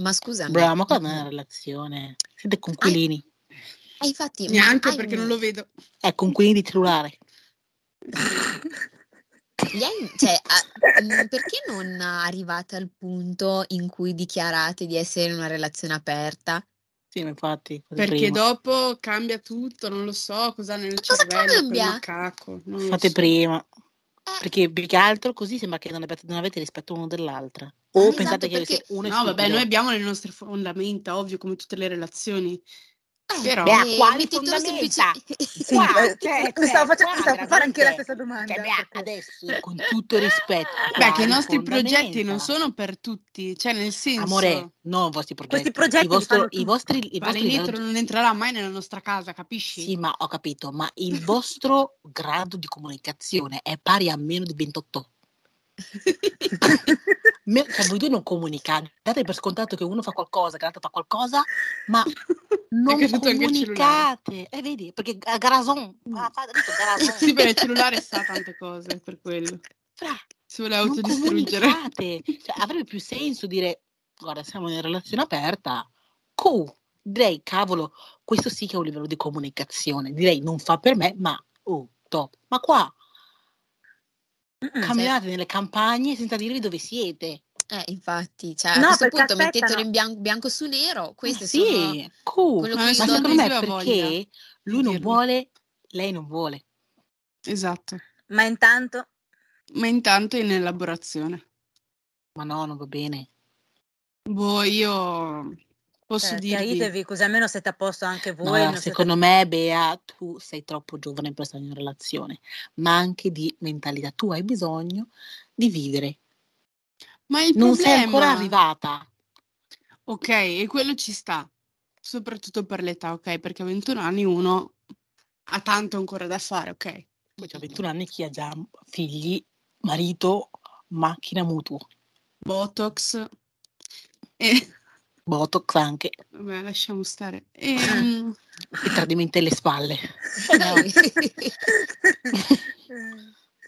Ma scusami. eh, Brava, ma qua non è una relazione. Siete conquilini. Ah, infatti, ma Neanche hai perché un- non lo vedo. È conquilini di cellulare. gli hai- cioè, ah, mm, perché non arrivate al punto in cui dichiarate di essere in una relazione aperta? Sì, ma infatti. così Perché prima. dopo cambia tutto, non lo so cosa ha nel cosa cervello quel cambia? macaco. Non lo Fate so. prima. Perché più che altro così sembra che non abbiate, non avete rispetto uno dell'altra. O Esatto, pensate che perché- uno è No, vabbè, stupido. noi abbiamo le nostre fondamenta, ovvio, come tutte le relazioni. Eh, Però- Beh, a eh, quali mettetelo fondamenta? <laughs> semplici- sì, <laughs> Qua, eh, cioè, ti- ti cioè, stavo facendo, qua ti stavo per fare anche la veramente- stessa domanda. Cioè, beh, perché- adesso, con tutto il rispetto. Beh, che i quali nostri progetti fondamenta? non sono per tutti, cioè nel senso... Amore, non i vostri progetti. Questi progetti I, li vostro- fanno i vostri, i vostri Valeneto gradi- non entrerà mai nella nostra casa, capisci? Sì, ma ho capito, ma il vostro grado di comunicazione è pari a meno di 28. Me- cioè, voi due non comunicate, date per scontato che uno fa qualcosa, che l'altro fa qualcosa, ma <laughs> È non caduto anche il cellulare. Mm. comunicate. Eh, vedi, perché a Garason, ha fa- ha detto Garason, <laughs> Sì, perché il cellulare sa tante cose, per quello. fra, Si vuole non autodistruggere. comunicate. Cioè, avrebbe più senso dire, guarda, siamo in relazione aperta, cool. Direi, cavolo, questo sì che è un livello di comunicazione. Direi, non fa per me, ma, oh, top. Ma qua, Mm-mm. camminate nelle campagne senza dirvi dove siete. Eh, infatti, cioè, a No, questo perché punto aspettano. mettetelo in bian- bianco su nero, queste Ma sono... sì, cool. quello Ma che io secondo dormo me è sulla perché voglia di lui non dirlo. vuole, lei non vuole. Esatto. <laughs> Ma intanto, Ma intanto è in elaborazione. Ma no, non va bene. Boh, io <laughs> posso cioè, dirvi... chiaritevi così almeno siete a posto anche No, voi. non siete- secondo me, Bea, tu sei troppo giovane per stare in una relazione, ma anche di mentalità. Tu hai bisogno di vivere. Ma il Non problema... sei ancora arrivata. Ok, e quello ci sta, soprattutto per l'età, ok? Perché a 21 anni uno ha tanto ancora da fare, ok? Poi c'ha 21 anni chi ha già figli, marito, macchina, mutuo, Botox. E... botox anche, Vabbè, <clears throat> lasciamo stare. Ehm, <laughs> <laughs> e tradimento alle spalle. Eh. Dai.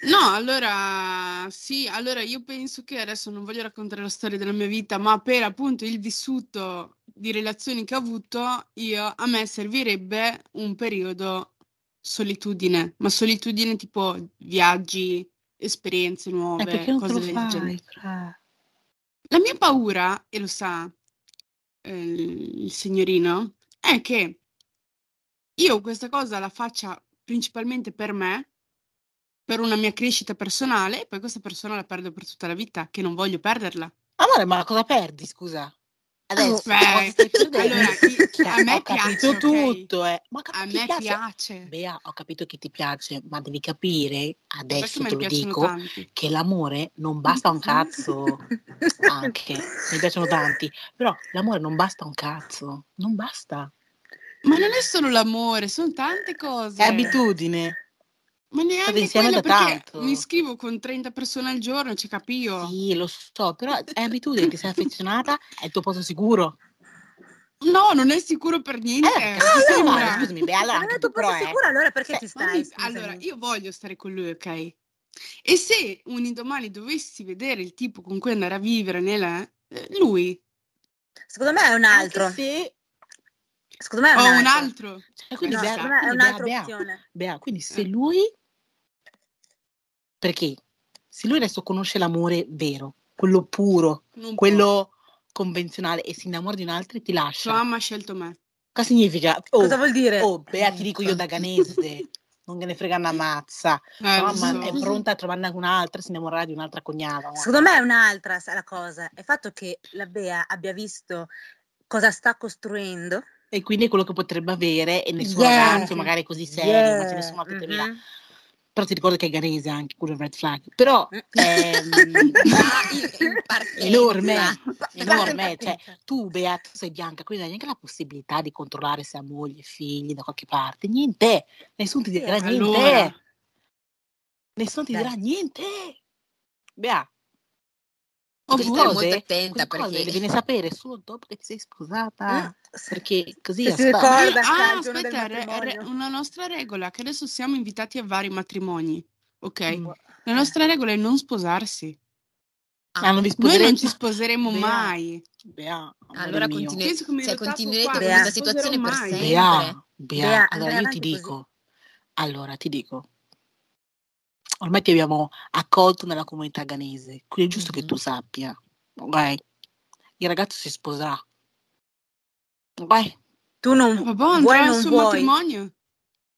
No, allora sì, allora io penso che adesso non voglio raccontare la storia della mia vita, ma per appunto il vissuto di relazioni che ho avuto, io, a me servirebbe un periodo solitudine, ma solitudine tipo viaggi, esperienze Eh, nuove, perché non te cose lo del genere. fai, fra? La mia paura, e lo sa eh, il il signorino, è che io questa cosa la faccia principalmente per me, per una mia crescita personale, e poi questa persona la perdo per tutta la vita, che non voglio perderla. Amore, ma cosa perdi, scusa? Cioè, Adesso, Beh, cosa Oh, <laughs> stai chiudendo? allora, i- Cioè, a me ho piace, capito ok? tutto, eh. Ma cap- A ti me piace? piace, Bea, ho capito che ti piace, ma devi capire, perché adesso me te ne lo piacciono dico, tanti. che l'amore non basta Ah. un cazzo. <laughs> Anche, mi piacciono tanti, però l'amore non basta un cazzo, non basta. Ma non è solo l'amore, sono tante cose. È abitudine. Ma neanche Eh, insieme quello, da perché tanto. mi scrivo con 30 persone al giorno, ci capio. Sì, lo so, però è abitudine, ti sei affezionata, è il tuo posto sicuro. No, non è sicuro per Eh, niente. perché Ti se no, sembra? guarda, scusami, beh, allora Se Ah, non anche è tu tu però posto è... sicuro, allora perché Cioè, ci Ma stai? mi- allora, Scusami. io voglio stare con lui, ok? E se un domani dovessi vedere il tipo con cui andare a vivere nella... eh, lui Secondo me è un altro. Anche se... Secondo me è o un altro. un altro, cioè, quindi, No, Bea, secondo me è quindi, Bea, un'altra Bea, opzione. Bea, quindi se Eh. lui... Perché? Se lui adesso conosce l'amore vero, quello puro, non può. quello convenzionale e si innamora di un altro e ti Sua lascia. mamma ha scelto me. Cosa significa? Oh, Cosa vuol dire? oh, Bea, ti dico io da ganese, non che ne frega una mazza. Eh, Sua lo mamma so. è pronta a trovarne anche un'altra, si innamorerà di un'altra cognata. amore. Secondo me è un'altra sa- la cosa. È il fatto che la Bea abbia visto cosa sta costruendo. E quindi è quello che potrebbe avere e nessun Yeah. ragazzo magari così serio, non c'è nessuno a Mhm. Pettermila. Però ti ricordo che è ganese anche, quello è un red flag. Però <laughs> ehm, Ah, in partenza. esatto. enorme, Partenza, enorme. Cioè, partenza. tu, Bea, tu sei bianca, quindi non hai neanche la possibilità di controllare se ha moglie, figli da qualche parte. Niente, nessuno ti dirà Sì, niente. Allora, Nessuno ti Beh. dirà niente. Bea, Devi queste stare cose, molto attenta queste cose le perché viene a sapere solo dopo che ti sei sposata. Mm. Se- Perché così se si aspetti. ricorda, sa, ah, il giorno del aspetta, re- re- matrimonio. una nostra regola, che adesso siamo invitati a vari matrimoni, ok? Mm. La nostra regola è non sposarsi. Ah, non vi Noi sposerete? non ci sposeremo Bea. mai. Bea, amore allora mio. continui- Penso come cioè, lo tappo continuerete qua, con Bea. questa non sposerò situazione per mai. sempre. Bea, Bea, allora Bea, andrai io ti avanti così. dico, allora ti dico, ormai ti abbiamo accolto nella comunità ghanese, quindi è giusto Mhm. che tu sappia, ok? Il ragazzo si sposerà, ok? Eh, Tu non Ma boh, vuoi, andrà al non suo vuoi, matrimonio?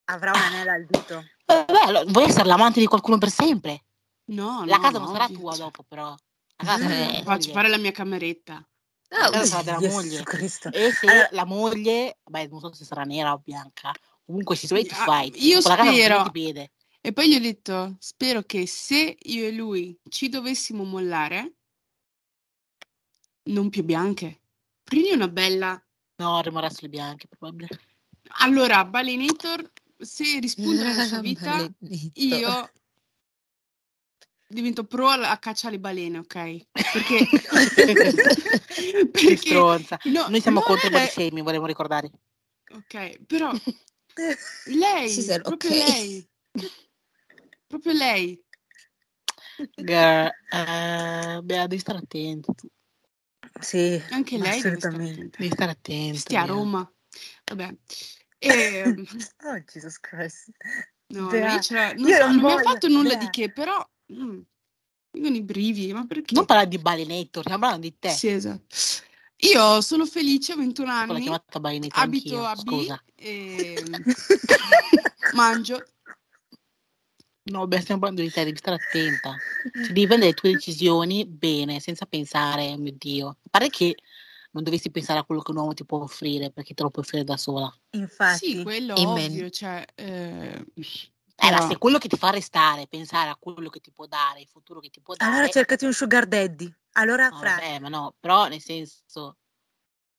avrà un anello al dito. Vabbè, allora, vuoi essere l'amante di qualcuno per sempre? No, La no, casa no, non sarà ovvio, tua cioè. dopo però, la casa sarà della Eh, Faccio moglie, fare la mia cameretta. Ah, Eh, la casa sarà della <laughs> Gesù moglie. Cristo. E se Allora- la moglie, beh non so se sarà nera o bianca, comunque ci sono tu Ah, fai, Io con la casa non ci spero, metti piede. e poi gli ho detto, spero che se io e lui ci dovessimo mollare, non più bianche. Prendi una bella... No, rimarrà sulle bianche, probabile. Allora, Balenator, se rispunta <laughs> nella sua vita, Maledetto. io divento pro alla- a caccia alle <laughs> balene, ok? <laughs> <laughs> Perché... Che Perché... stronza. no, Noi siamo non contro il era- body shaming, vorremmo ricordare. Ok, però lei, Sì, sì, proprio ok. lei, proprio lei. Girl, eh, Bea, devi stare attento, tu, Sì, Anche ma lei deve stare assolutamente. attenta. devi stare attento. Sti a Bea. Roma. Vabbè. Ehm, Oh, Jesus Christ. no, Bea, io ce la- non, io so, non non mi ha voglio, fatto Bea. nulla di che, però... mm, mi vengono i brivi, ma perché? Non parlare di Balenator, stiamo parlando di te. Sì, esatto. Io sono felice, ho 21 Tipo l'ha anni, chiamata Balenator abito anch'io, a B, scusa. <laughs> ehm, mangio. No, Bea, stiamo parlando di te, devi stare attenta. Cioè, devi prendere le tue decisioni bene, senza pensare, oh mio Dio. Pare che non dovresti pensare a quello che un uomo ti può offrire, perché te lo può offrire da sola. Infatti, Sì, quello Amen. ovvio, cioè... eh, Eh, ma però- se quello che ti fa restare, pensare a quello che ti può dare, il futuro che ti può dare, eh. allora cercati un sugar daddy. Allora, No, fra, vabbè, ma no, però nel senso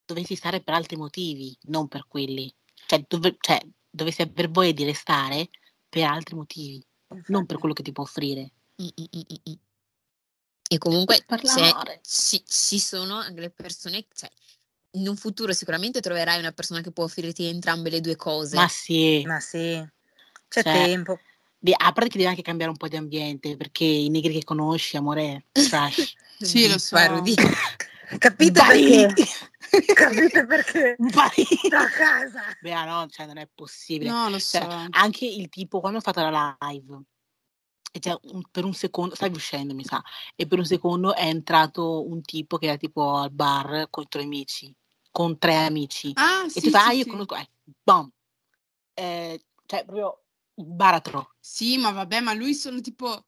dovresti stare per altri motivi, non per quelli. Cioè, dov- cioè, dovresti aver voglia di restare per altri motivi, non per infatti. quello che ti può offrire. Mm, mm, mm, mm, mm. E comunque c'è- Parlare. ci, ci sono anche le persone, cioè, in un futuro sicuramente troverai una persona che può offrirti entrambe le due cose. Ma sì, Ma sì, Cioè, c'è tempo. Beh, a parte che devi anche cambiare un po' di ambiente, perché i negri che conosci, amore, <laughs> trash. Sì, <laughs> lo <laughs> so. Parodi. Capite Bari! perché? <laughs> Capite perché? Bari! Sta a casa. Beh, no, cioè, non è possibile. No, lo so. Cioè, anche il tipo quando ho fatto la live e cioè, un- per un secondo stavi uscendo mi sa e per un secondo è entrato un tipo che era tipo al bar con i tuoi amici con tre amici Ah, e sì, tu fai sì, ah io sì. conosco eh, bam Eh, cioè proprio baratro Sì, ma vabbè, ma lui sono tipo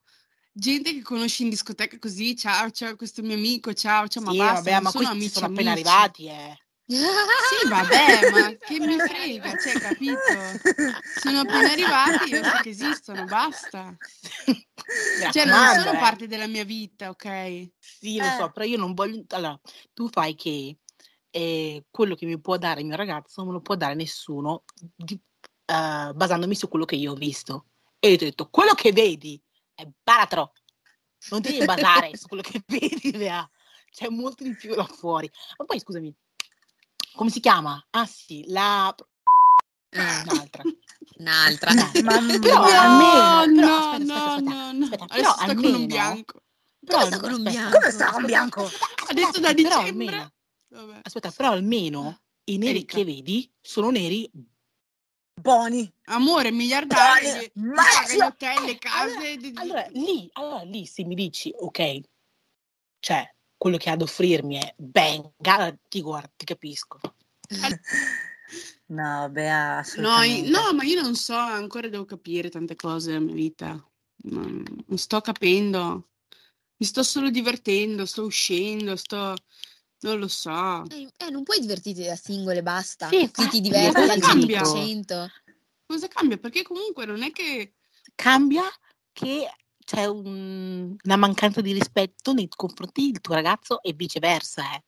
gente che conosci in discoteca così, ciao, ciao, questo è mio amico, ciao, ciao, ma Sì, basta, vabbè, non ma sono questi amici, sono appena amici. arrivati eh. <laughs> Sì, vabbè, ma che mi frega, cioè, capito? <laughs> Sono appena arrivati, io so che esistono, basta. eh. <laughs> Mi Cioè, non raccomando, sono eh. parte della mia vita, ok? Sì, lo Eh. so, però io non voglio. Allora, tu fai che eh, quello che mi può dare il mio ragazzo non me lo può dare nessuno, di- eh, basandomi su quello che io ho visto. E io ti ho detto: quello che vedi è baratro. Non ti devi basare su quello che <laughs> vedi, Bea. C'è molto di più là fuori. Ma poi scusami, come si chiama? Ah, sì, la. <laughs> Eh, <laughs> Un'altra. un'altra. Mamma Però No, almeno- eh, però no, aspetta, aspetta, no, aspetta, no, no. aspetta, Adesso però sta con almeno- un bianco. Però Cosa con un aspetta, bianco? Come sta un bianco? aspetta, Adesso però da dicembre. almeno- Vabbè. Aspetta, però almeno i neri Erika. che vedi sono neri. Boni. Amore, miliardari, Dai, ti mazza! pagano hotel, le case. di- di- Allora lì, allora lì se mi dici, ok, cioè quello che ha ad offrirmi è benga, allora ti guardo, ti capisco. No, Bea, Noi- assolutamente. no, ma io non so, ancora devo capire tante cose nella mia vita. Non, non sto capendo. Mi sto solo divertendo, sto uscendo, sto... Non lo so. Eh, eh, non puoi divertirti da singole, basta. Sì, tu infatti, ti diverti cosa al cambia? 100%. Cosa cambia? Perché comunque non è che... Cambia che c'è un- una mancanza di rispetto nei confronti del tuo ragazzo e viceversa. eh.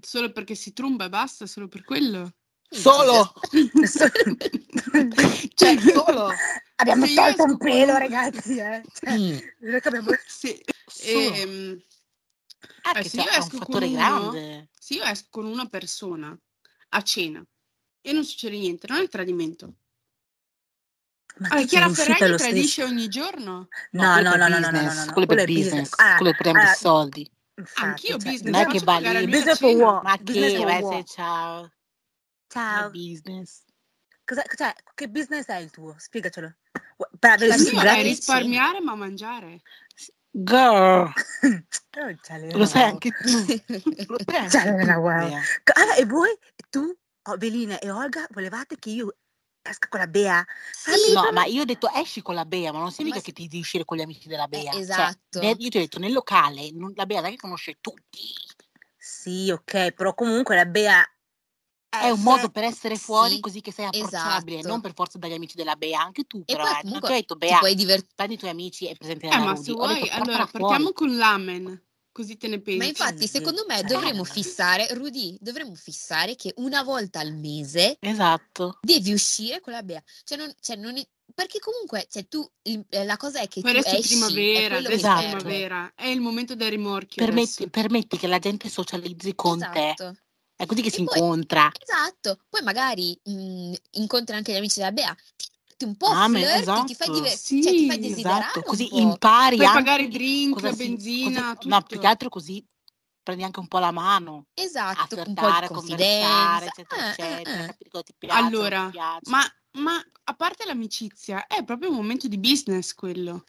Solo perché si tromba e basta, solo per quello. Solo, <laughs> cioè solo. Abbiamo Se Cioè, io tolto esco un con- pelo, ragazzi. Eh. Cioè, Mm. non è che abbiamo- Sì. solo. Ehm, Ah, eh, che se c'è- io è un esco con fattore uno- grande. se io esco con una persona a cena e non succede niente, non è tradimento. Ma Allora, tu Ah, Chiara sei uscita Ferragni lo stesso. Esatto, tradisce ogni giorno. No, quello no, per no, no, no, no, no, business, no, no. Quello, per business, Ah, quello per problema ah, di soldi. infatti, Anch'io cioè, business, non è lo che faccio va pagare a lì- lui Business la for cena. what? Ma business che, for vai, what? se ciao, Ciao. business. Cosa- cioè, che business è il tuo? Spiegacelo. Per avere Ma Il questi mio Cioè, è gratis. grandi... risparmiare ma mangiare. Girl, Oh, ciao, lo sai wow. anche <laughs> tu. <laughs> Mm. eh. Lo sai anche Cioè, tu, no, no, wow. Bea. Ah, e voi, tu, oh, Belina e Olga, volevate che io esca con la Bea? Sì, No, ma io ho detto esci con la Bea, ma non significa Ma che ti devi uscire con gli amici della Bea. Cioè, esatto. ne- io ti ho detto, nel locale, non- la Bea non è che conosce tutti. Sì, ok, però comunque la Bea... È un modo per essere fuori Esatto. Sì, così che sei approcciabile, esatto. non per forza dagli amici della Bea, anche tu però. poi eh. Non comunque ti ho detto, ti Bea, puoi divertire. prendi i tuoi amici e presenti Eh, la ma Rudy. se Ho vuoi, detto, allora portala fuori. partiamo con l'amen, così te ne pensi. Ma infatti, Sì, secondo me cioè, dovremmo no. fissare, Rudy, dovremmo fissare che una volta al mese Esatto. devi uscire con la Bea. Cioè, non, cioè, non è- perché comunque, cioè, tu, il- eh, la cosa è che Poi tu adesso è esci, è primavera, quello adesso che Esatto. è serve. primavera. È il momento del rimorchio Permetti, adesso. permetti che la gente socializzi con te. Esatto. È così che si E poi- incontra. Esatto, poi magari mh, incontri anche gli amici della Bea, ti, ti un po' Ah, ma- flirti, ti fai, esatto. diver- Sì, cioè, ti fai esatto, desiderare un così po'. impari Puoi anche pagare i drink, cosa la si- benzina, cosa- no, più tutto. che altro così prendi anche un po' la mano a Esatto, un po' di Ah, flirtare, a conversare, confidenza. eccetera, Eh, eh, eccetera, eh. capire cosa ti piace, cosa non Allora, ti piace. ma, ma a parte l'amicizia, è proprio un momento di business quello.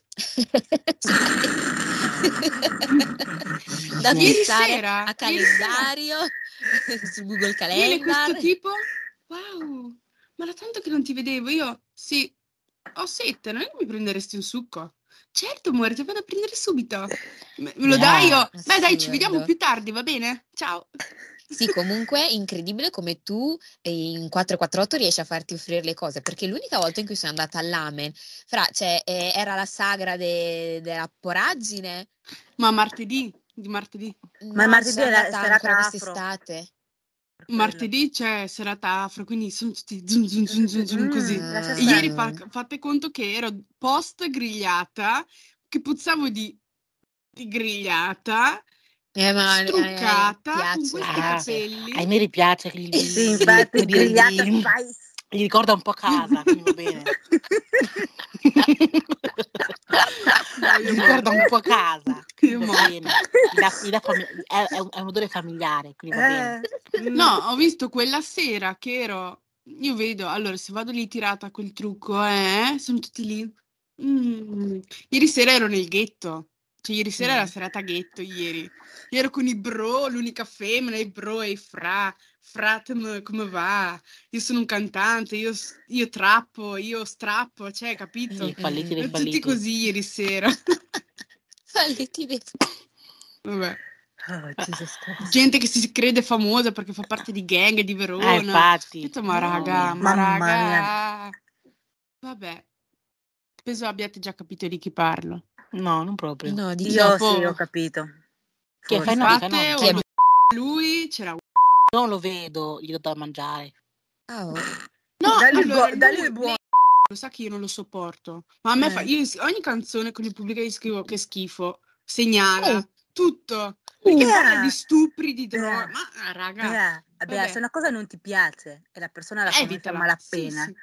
<laughs> da Business. Ieri fissare sera, ieri a sera. calendario <laughs> su Google Viene questo Calendar. tipo, wow, ma da tanto che non ti vedevo, io sì, ho sette, non è che mi prenderesti un succo? Certo, amore, ti vado a prendere subito. Me me lo Beh, dai io? Beh, dai, ci assurdo. vediamo più tardi, va bene? Ciao. Sì, comunque è incredibile come tu eh, in 448 riesci a farti offrire le cose, perché l'unica volta in cui sono andata all'Amen, fra, cioè, eh, era la sagra de- della poragine. Ma martedì, di martedì. Ma No, martedì sono è la andata serata ancora afro. quest'estate. Martedì c'è serata afro, quindi sono tutti zoom, zoom, zoom, zoom, zoom, Mm, così. lascia Ah. stare. Ieri fa- fate conto che ero post grigliata, che puzzavo di, di grigliata, Eh, ma, eh, struccata, con piace, questi Ah, piace. Ai capelli. neri piace che <laughs> gli, Sì, gli- come infatti, dire, grigliata gli, spice. <laughs> gli ricorda un po' casa, quindi va bene. Mi <laughs> ricorda un po' casa. Che Va mo- bene. Mi dà- mi dà famig- è, è un, è un odore familiare, quindi va bene. Eh. No, ho visto quella sera che ero. Io vedo, allora, se vado lì tirata a quel trucco, eh, sono tutti lì. Mm. Ieri sera ero nel ghetto. Cioè, ieri sera era la serata ghetto, ieri. Io ero con i bro, l'unica femmina, i bro e i fra. Fratem, come va? Io sono un cantante, io, io trappo, io strappo, cioè, capito? I falliti dei Erano Tutti falliti. così ieri sera. <laughs> <laughs> Falliti dei Vabbè. Oh, Jesus Christ. Gente che si crede famosa perché fa parte di gang di Ah, Verona. Ho infatti. detto, ma raga, ma Mamma raga. Vabbè. Penso abbiate già capito di chi parlo. No, non proprio. No, di Io <laughs> dopo- sì, ho capito. Che Forse. fai no, dica Fate no. un- lui c'era Non lo vedo, gli do da mangiare. Ah, oh. No, Dagli il allora, buo- dagli il lui- buono. lei- Lo sa che io non lo sopporto. Ma a me Eh. fa io s- ogni canzone con il pubblico gli scrivo che schifo, segnala Oh. tutto. Perché Yeah. parla di stupri, di droga. Yeah. Ma ah, raga, Eh, vabbè, vabbè. se una cosa non ti piace e la persona la commenta a evitala. malapena, Sì,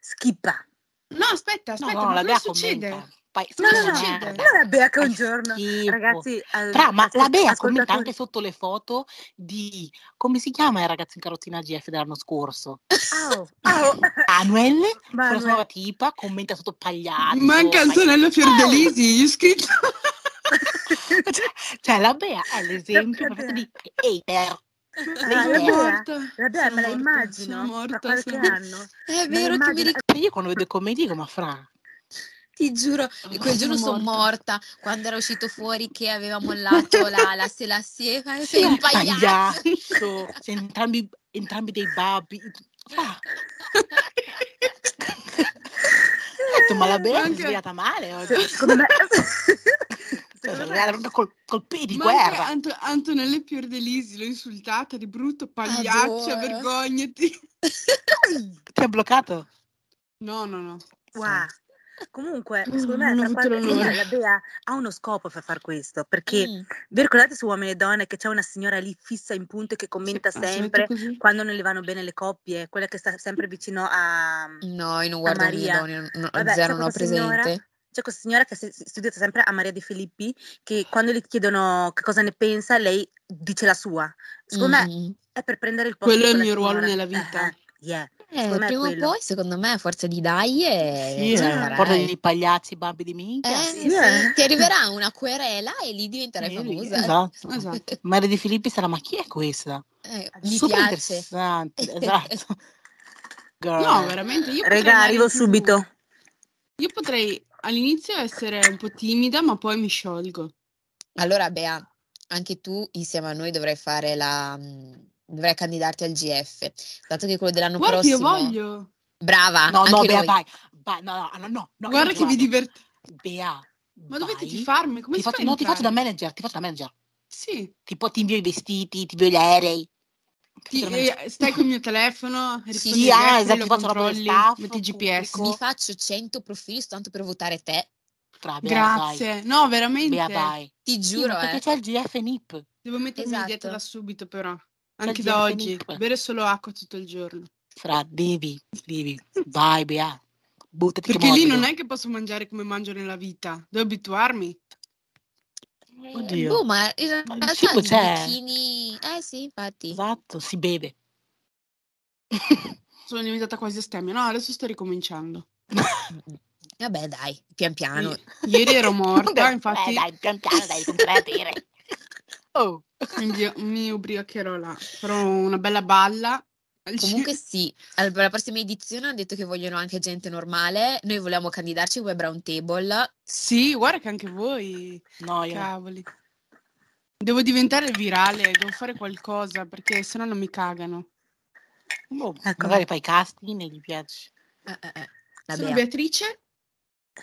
schippa. sì. No, aspetta, No, aspetta, no, ma la cosa Bea succede? commenta. Poi, No, sì, no, ma- succede? No, la Bea che È un giorno, schifo. ragazzi, al- Tra, ma la Bea commenta ascoltatori- anche sotto le foto di come si chiama il ragazzo in carottina GF dell'anno scorso? Au, au. Manuel, con la sua Eh, Manuel. nuova tipa, commenta sotto pagliaccio. Ma anche Antonella Fiordelisi, gli ho scritto. <laughs> Cioè, cioè, la Bea è l'esempio La Bea. perfetto <laughs> di hater. Ah, sono la Bea, morta. la Bea Sono me la morta, sono immagino morta, tra qualche sono- anno. È Me la vero che mi immagino- ricordo, Cioè, Io quando vedo i commenti dico, ma fra, ti giuro, Oh, quel giorno sono morta. quando era uscito fuori che aveva mollato la, la se la siepa, <laughs> sei un pagliaccio. pagliaccio, sei entrambi, entrambi dei babbi. <laughs> Fra. Ho detto, Eh, ma la Bea si è Anche- svegliata male oggi. Se- Secondo me... Cioè, Secondo la me- Bea era proprio col, col piede di Ma anche guerra. Anto- Antonella Fiordelisi l'ho insultata di brutto, pagliaccia, Adoro. vergognati. Ti ha bloccato? No, no, no. Wow. Comunque, Non- secondo me, non ho tra avuto qualche- l'onore. la Bea ha uno scopo per far questo, perché Mm. vi ricordate su Uomini e Donne che c'è una signora lì fissa in punto e che commenta Se- ah, se metto sempre così. quando non le vanno bene le coppie, quella che sta sempre vicino a... No, io non guardo Maria. Milano, no, Vabbè, c'è zero non ho questa signora- presente. C'è questa signora che si- si- studia sempre a Maria De Filippi, che quando le chiedono che cosa ne pensa, lei dice la sua. Secondo me Mm. è per prendere il posto Quello è di il quella mio ruolo signora. nella vita. Eh, yeah. Eh, Secondo me è prima o quello. poi, secondo me, a forza di dai, eh, Sì, ce la eh, farai. porta dei pagliacci, babbi di minchia. Eh, Sì, sì, eh. Ti arriverà una querela e lì diventerai sì, famosa. Esatto. Esatto. Maria Di Filippi sarà, ma chi è questa? Eh, mi Super piace. <laughs> interessante. Esatto. Girl. No, veramente. Io potrei Regà, andare arrivo in TV. subito. Io potrei all'inizio essere un po' timida, ma poi mi sciolgo. Allora, Bea, anche tu insieme a noi dovrai fare la... mm, dovrai candidarti al GF, dato che quello dell'anno Guarda che io prossimo... voglio. Brava, No, no, anche Bea, noi. vai. Vai, no, no, no, no, no, Guarda io che vi vado. diverte. Bea, Ma dovete vai. tifarmi? Come Ti si fa faccio, a no, ti faccio da entrare? manager, ti faccio da manager. Sì. Ti, po- ti invio i vestiti, ti invio gli aerei. Ti- Faccio da manager. eh, stai col mio telefono, rispondi ai sì, ah, direct, esatto, lo ti faccio la controlli, staff, metti pubblico. GPS. Mi faccio 100 profili soltanto per votare te. Fra, Bea, Grazie. No, Dai. veramente. Bea, dai. Ti Sì, giuro, ma perché eh. c'è il GF NIP. Devo mettermi Esatto. in dieta da subito però, C'è anche il da GF oggi, NIP. bere solo acqua tutto il giorno. Fra, devi, devi. Vai, Bea. Buttati Perché lì non morbido. è che posso mangiare come mangio nella vita, devo abituarmi. Eh, Oddio. Boh, ma in Ma il realtà cibo di c'è. bikini... Eh sì, infatti. Esatto, si beve. Sono diventata quasi stemmia. No, adesso sto ricominciando. Vabbè, dai, pian piano. I- ieri ero morta, Vabbè, infatti eh, dai, pian piano, dai, non te la <laughs> dire. Oh. quindi mi ubriacherò là. Farò una bella balla. <laughs> al Comunque giro. sì, allora, la prossima edizione hanno detto che vogliono anche gente normale, noi volevamo candidarci come Brown Table. Sì, guarda che anche voi, No, io no. cavoli. Devo diventare virale, devo fare qualcosa, perché sennò non mi cagano. Boh, Ecco. Magari fai casting e gli piace. Eh, eh, eh, la Sono Bea. Beatrice,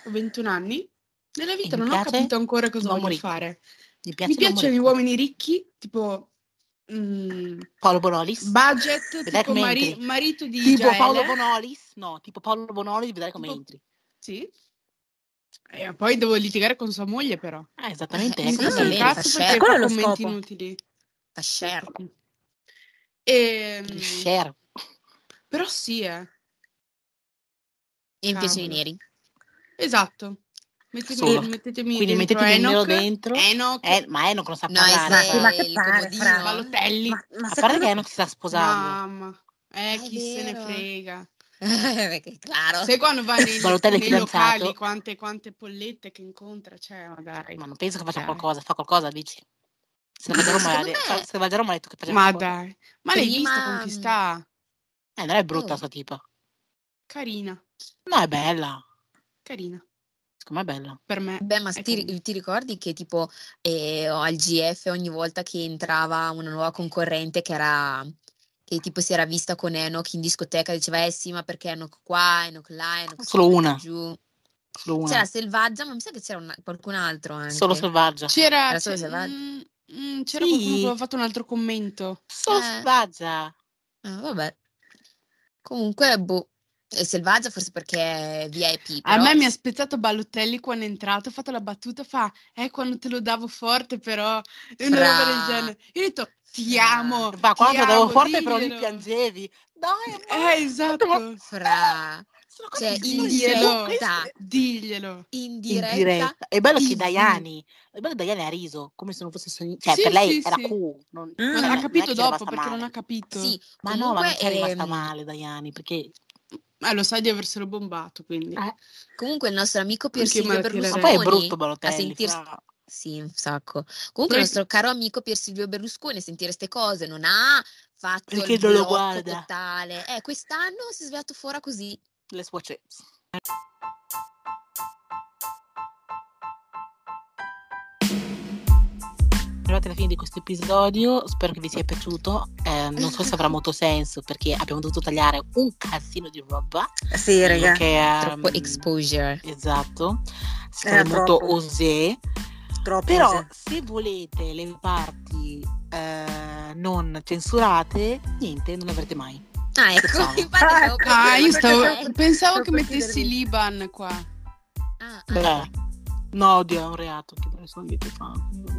ho 21 anni. Nella vita E mi non ho piace? capito ancora cosa L'uomo voglio ricco. fare. Gli piace Mi piacciono l'uomo gli ricco. uomini ricchi, tipo mm, Paolo Bonolis. budget, Vedrai tipo come mari- entri. marito di tipo Jaele. Paolo Bonolis. No, tipo Paolo Bonolis, vedrai come Tipo- entri. Sì. E poi devo litigare con sua moglie, però. Ah, esattamente. Eh, ecco sì, Mi come frega va un bene, entri. cazzo fa perché share. Quello fa è lo commenti scopo. inutili. Fa share. Ehm, Il share. però sì, eh. E mi piacciono i Cavolo. neri. Esatto. Mettetemi, Solo. mettetemi Quindi dentro mettetemi il nero Enoch. dentro. Enoch. Eh, ma Enoch non sa No, parlare. ese sa- ma è che il pare, fra- comodino. <laughs> Balotelli. Ma, ma A parte secondo che me- Enoch si sta sposando. Mamma. Eh, È chi se ne vero. frega. Perché, claro. Sai <laughs> quando va nei, Balotelli è nei fidanzato. locali quante, quante pollette che incontra, cioè magari. Ma non penso che faccia Dai. qualcosa. Fa qualcosa, dici? Se ne va <laughs> da Roma, ha Secondo de- me- fa- se ne va da Roma ha detto che faceva Ma qualcosa. dai, ma l'hai Prima- visto con chi sta? Eh, non è brutta Mm. Oh. la sua tipa. Carina, No, è bella. carina, Secondo me è bella. per me. Beh, ma È ti, carina. ti ricordi che tipo eh, al GF ogni volta che entrava una nuova concorrente che era che tipo si era vista con Enoch in discoteca diceva eh sì ma perché Enoch qua, Enoch là, Enoch su, Solo Enoch una. giù. Solo una. Cioè, C'era Selvaggia ma mi sa che c'era una- qualcun altro anche. Solo selvaggia. C'era, Era solo c'è- selvaggio. mm, mm, c'era Sì. qualcuno che aveva fatto un altro commento. Solo Eh. selvaggia. Ah, vabbè. Comunque boh. E Selvaggia forse perché è VIP A però. me mi ha spezzato Balotelli quando è entrato, ha fatto la battuta, fa, eh, quando te lo davo forte però, e una roba del Fra. genere. Io ho detto, ti Fra. amo, Ma ti quando andavo amo, forte però lì diglielo." piangevi. Dai, <laughs> amore, Eh, esatto, Fra sono cioè cose eh. in così Diglielo. belle. diretta, diglielo. in in diretta. diretta. È bello TV. che Daiani, è bello che Daiani ha riso come se non fosse sognato. Cioè, Sì, per lei sì, era sì. cool. Non, Mm. Ma non è- ha non è capito che ci è dopo rimasta perché non male. ha capito. Sì, Ma no, ma non ci è comunque, rimasta ehm, male Daiani perché Eh, lo sai di averselo bombato, quindi. Eh, Comunque il nostro amico Pier Anche io me Silvio la tirerei. ma poi è Berlusconi brutto a Balotelli. sentir- fra. Sì, un sacco. Comunque il Poi- nostro caro amico Pier Silvio Berlusconi a sentire queste cose non ha fatto Perché il non lo blocco guarda? totale. Eh, quest'anno si è svegliato fuori così. Le sue chips. Arrivate alla fine di questo episodio, spero che vi sia piaciuto. Eh, non so se avrà molto senso perché abbiamo dovuto tagliare un casino di roba. Sì, raga. Perché, ehm, Troppo exposure. Esatto. Si Era è molto troppo. osé. Troppo. Però sì. se volete le parti eh, non censurate, niente, non le avrete mai. Ah, ecco, scherzavo. infatti Ah, stavo ecco, Ah, io pensando- stavo... Eh, pensavo che Proprio mettessi chiudermi. l'Iban qua. ah, Eh. ah. Beh, Eh. Eh. no, oddio, è un reato. Che ne sono dietro fa.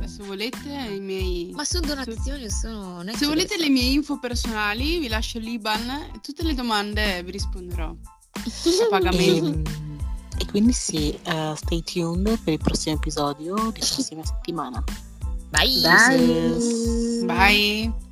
Se volete i miei... Ma sono donazioni, sono... non è Se che volete deve le mie info personali, vi lascio l'Iban e tutte le domande vi risponderò. A stare. pagamento. E, e quindi sì, eh, stay tuned per il prossimo episodio di prossima settimana. Bye. Dai. Deuses. Bye.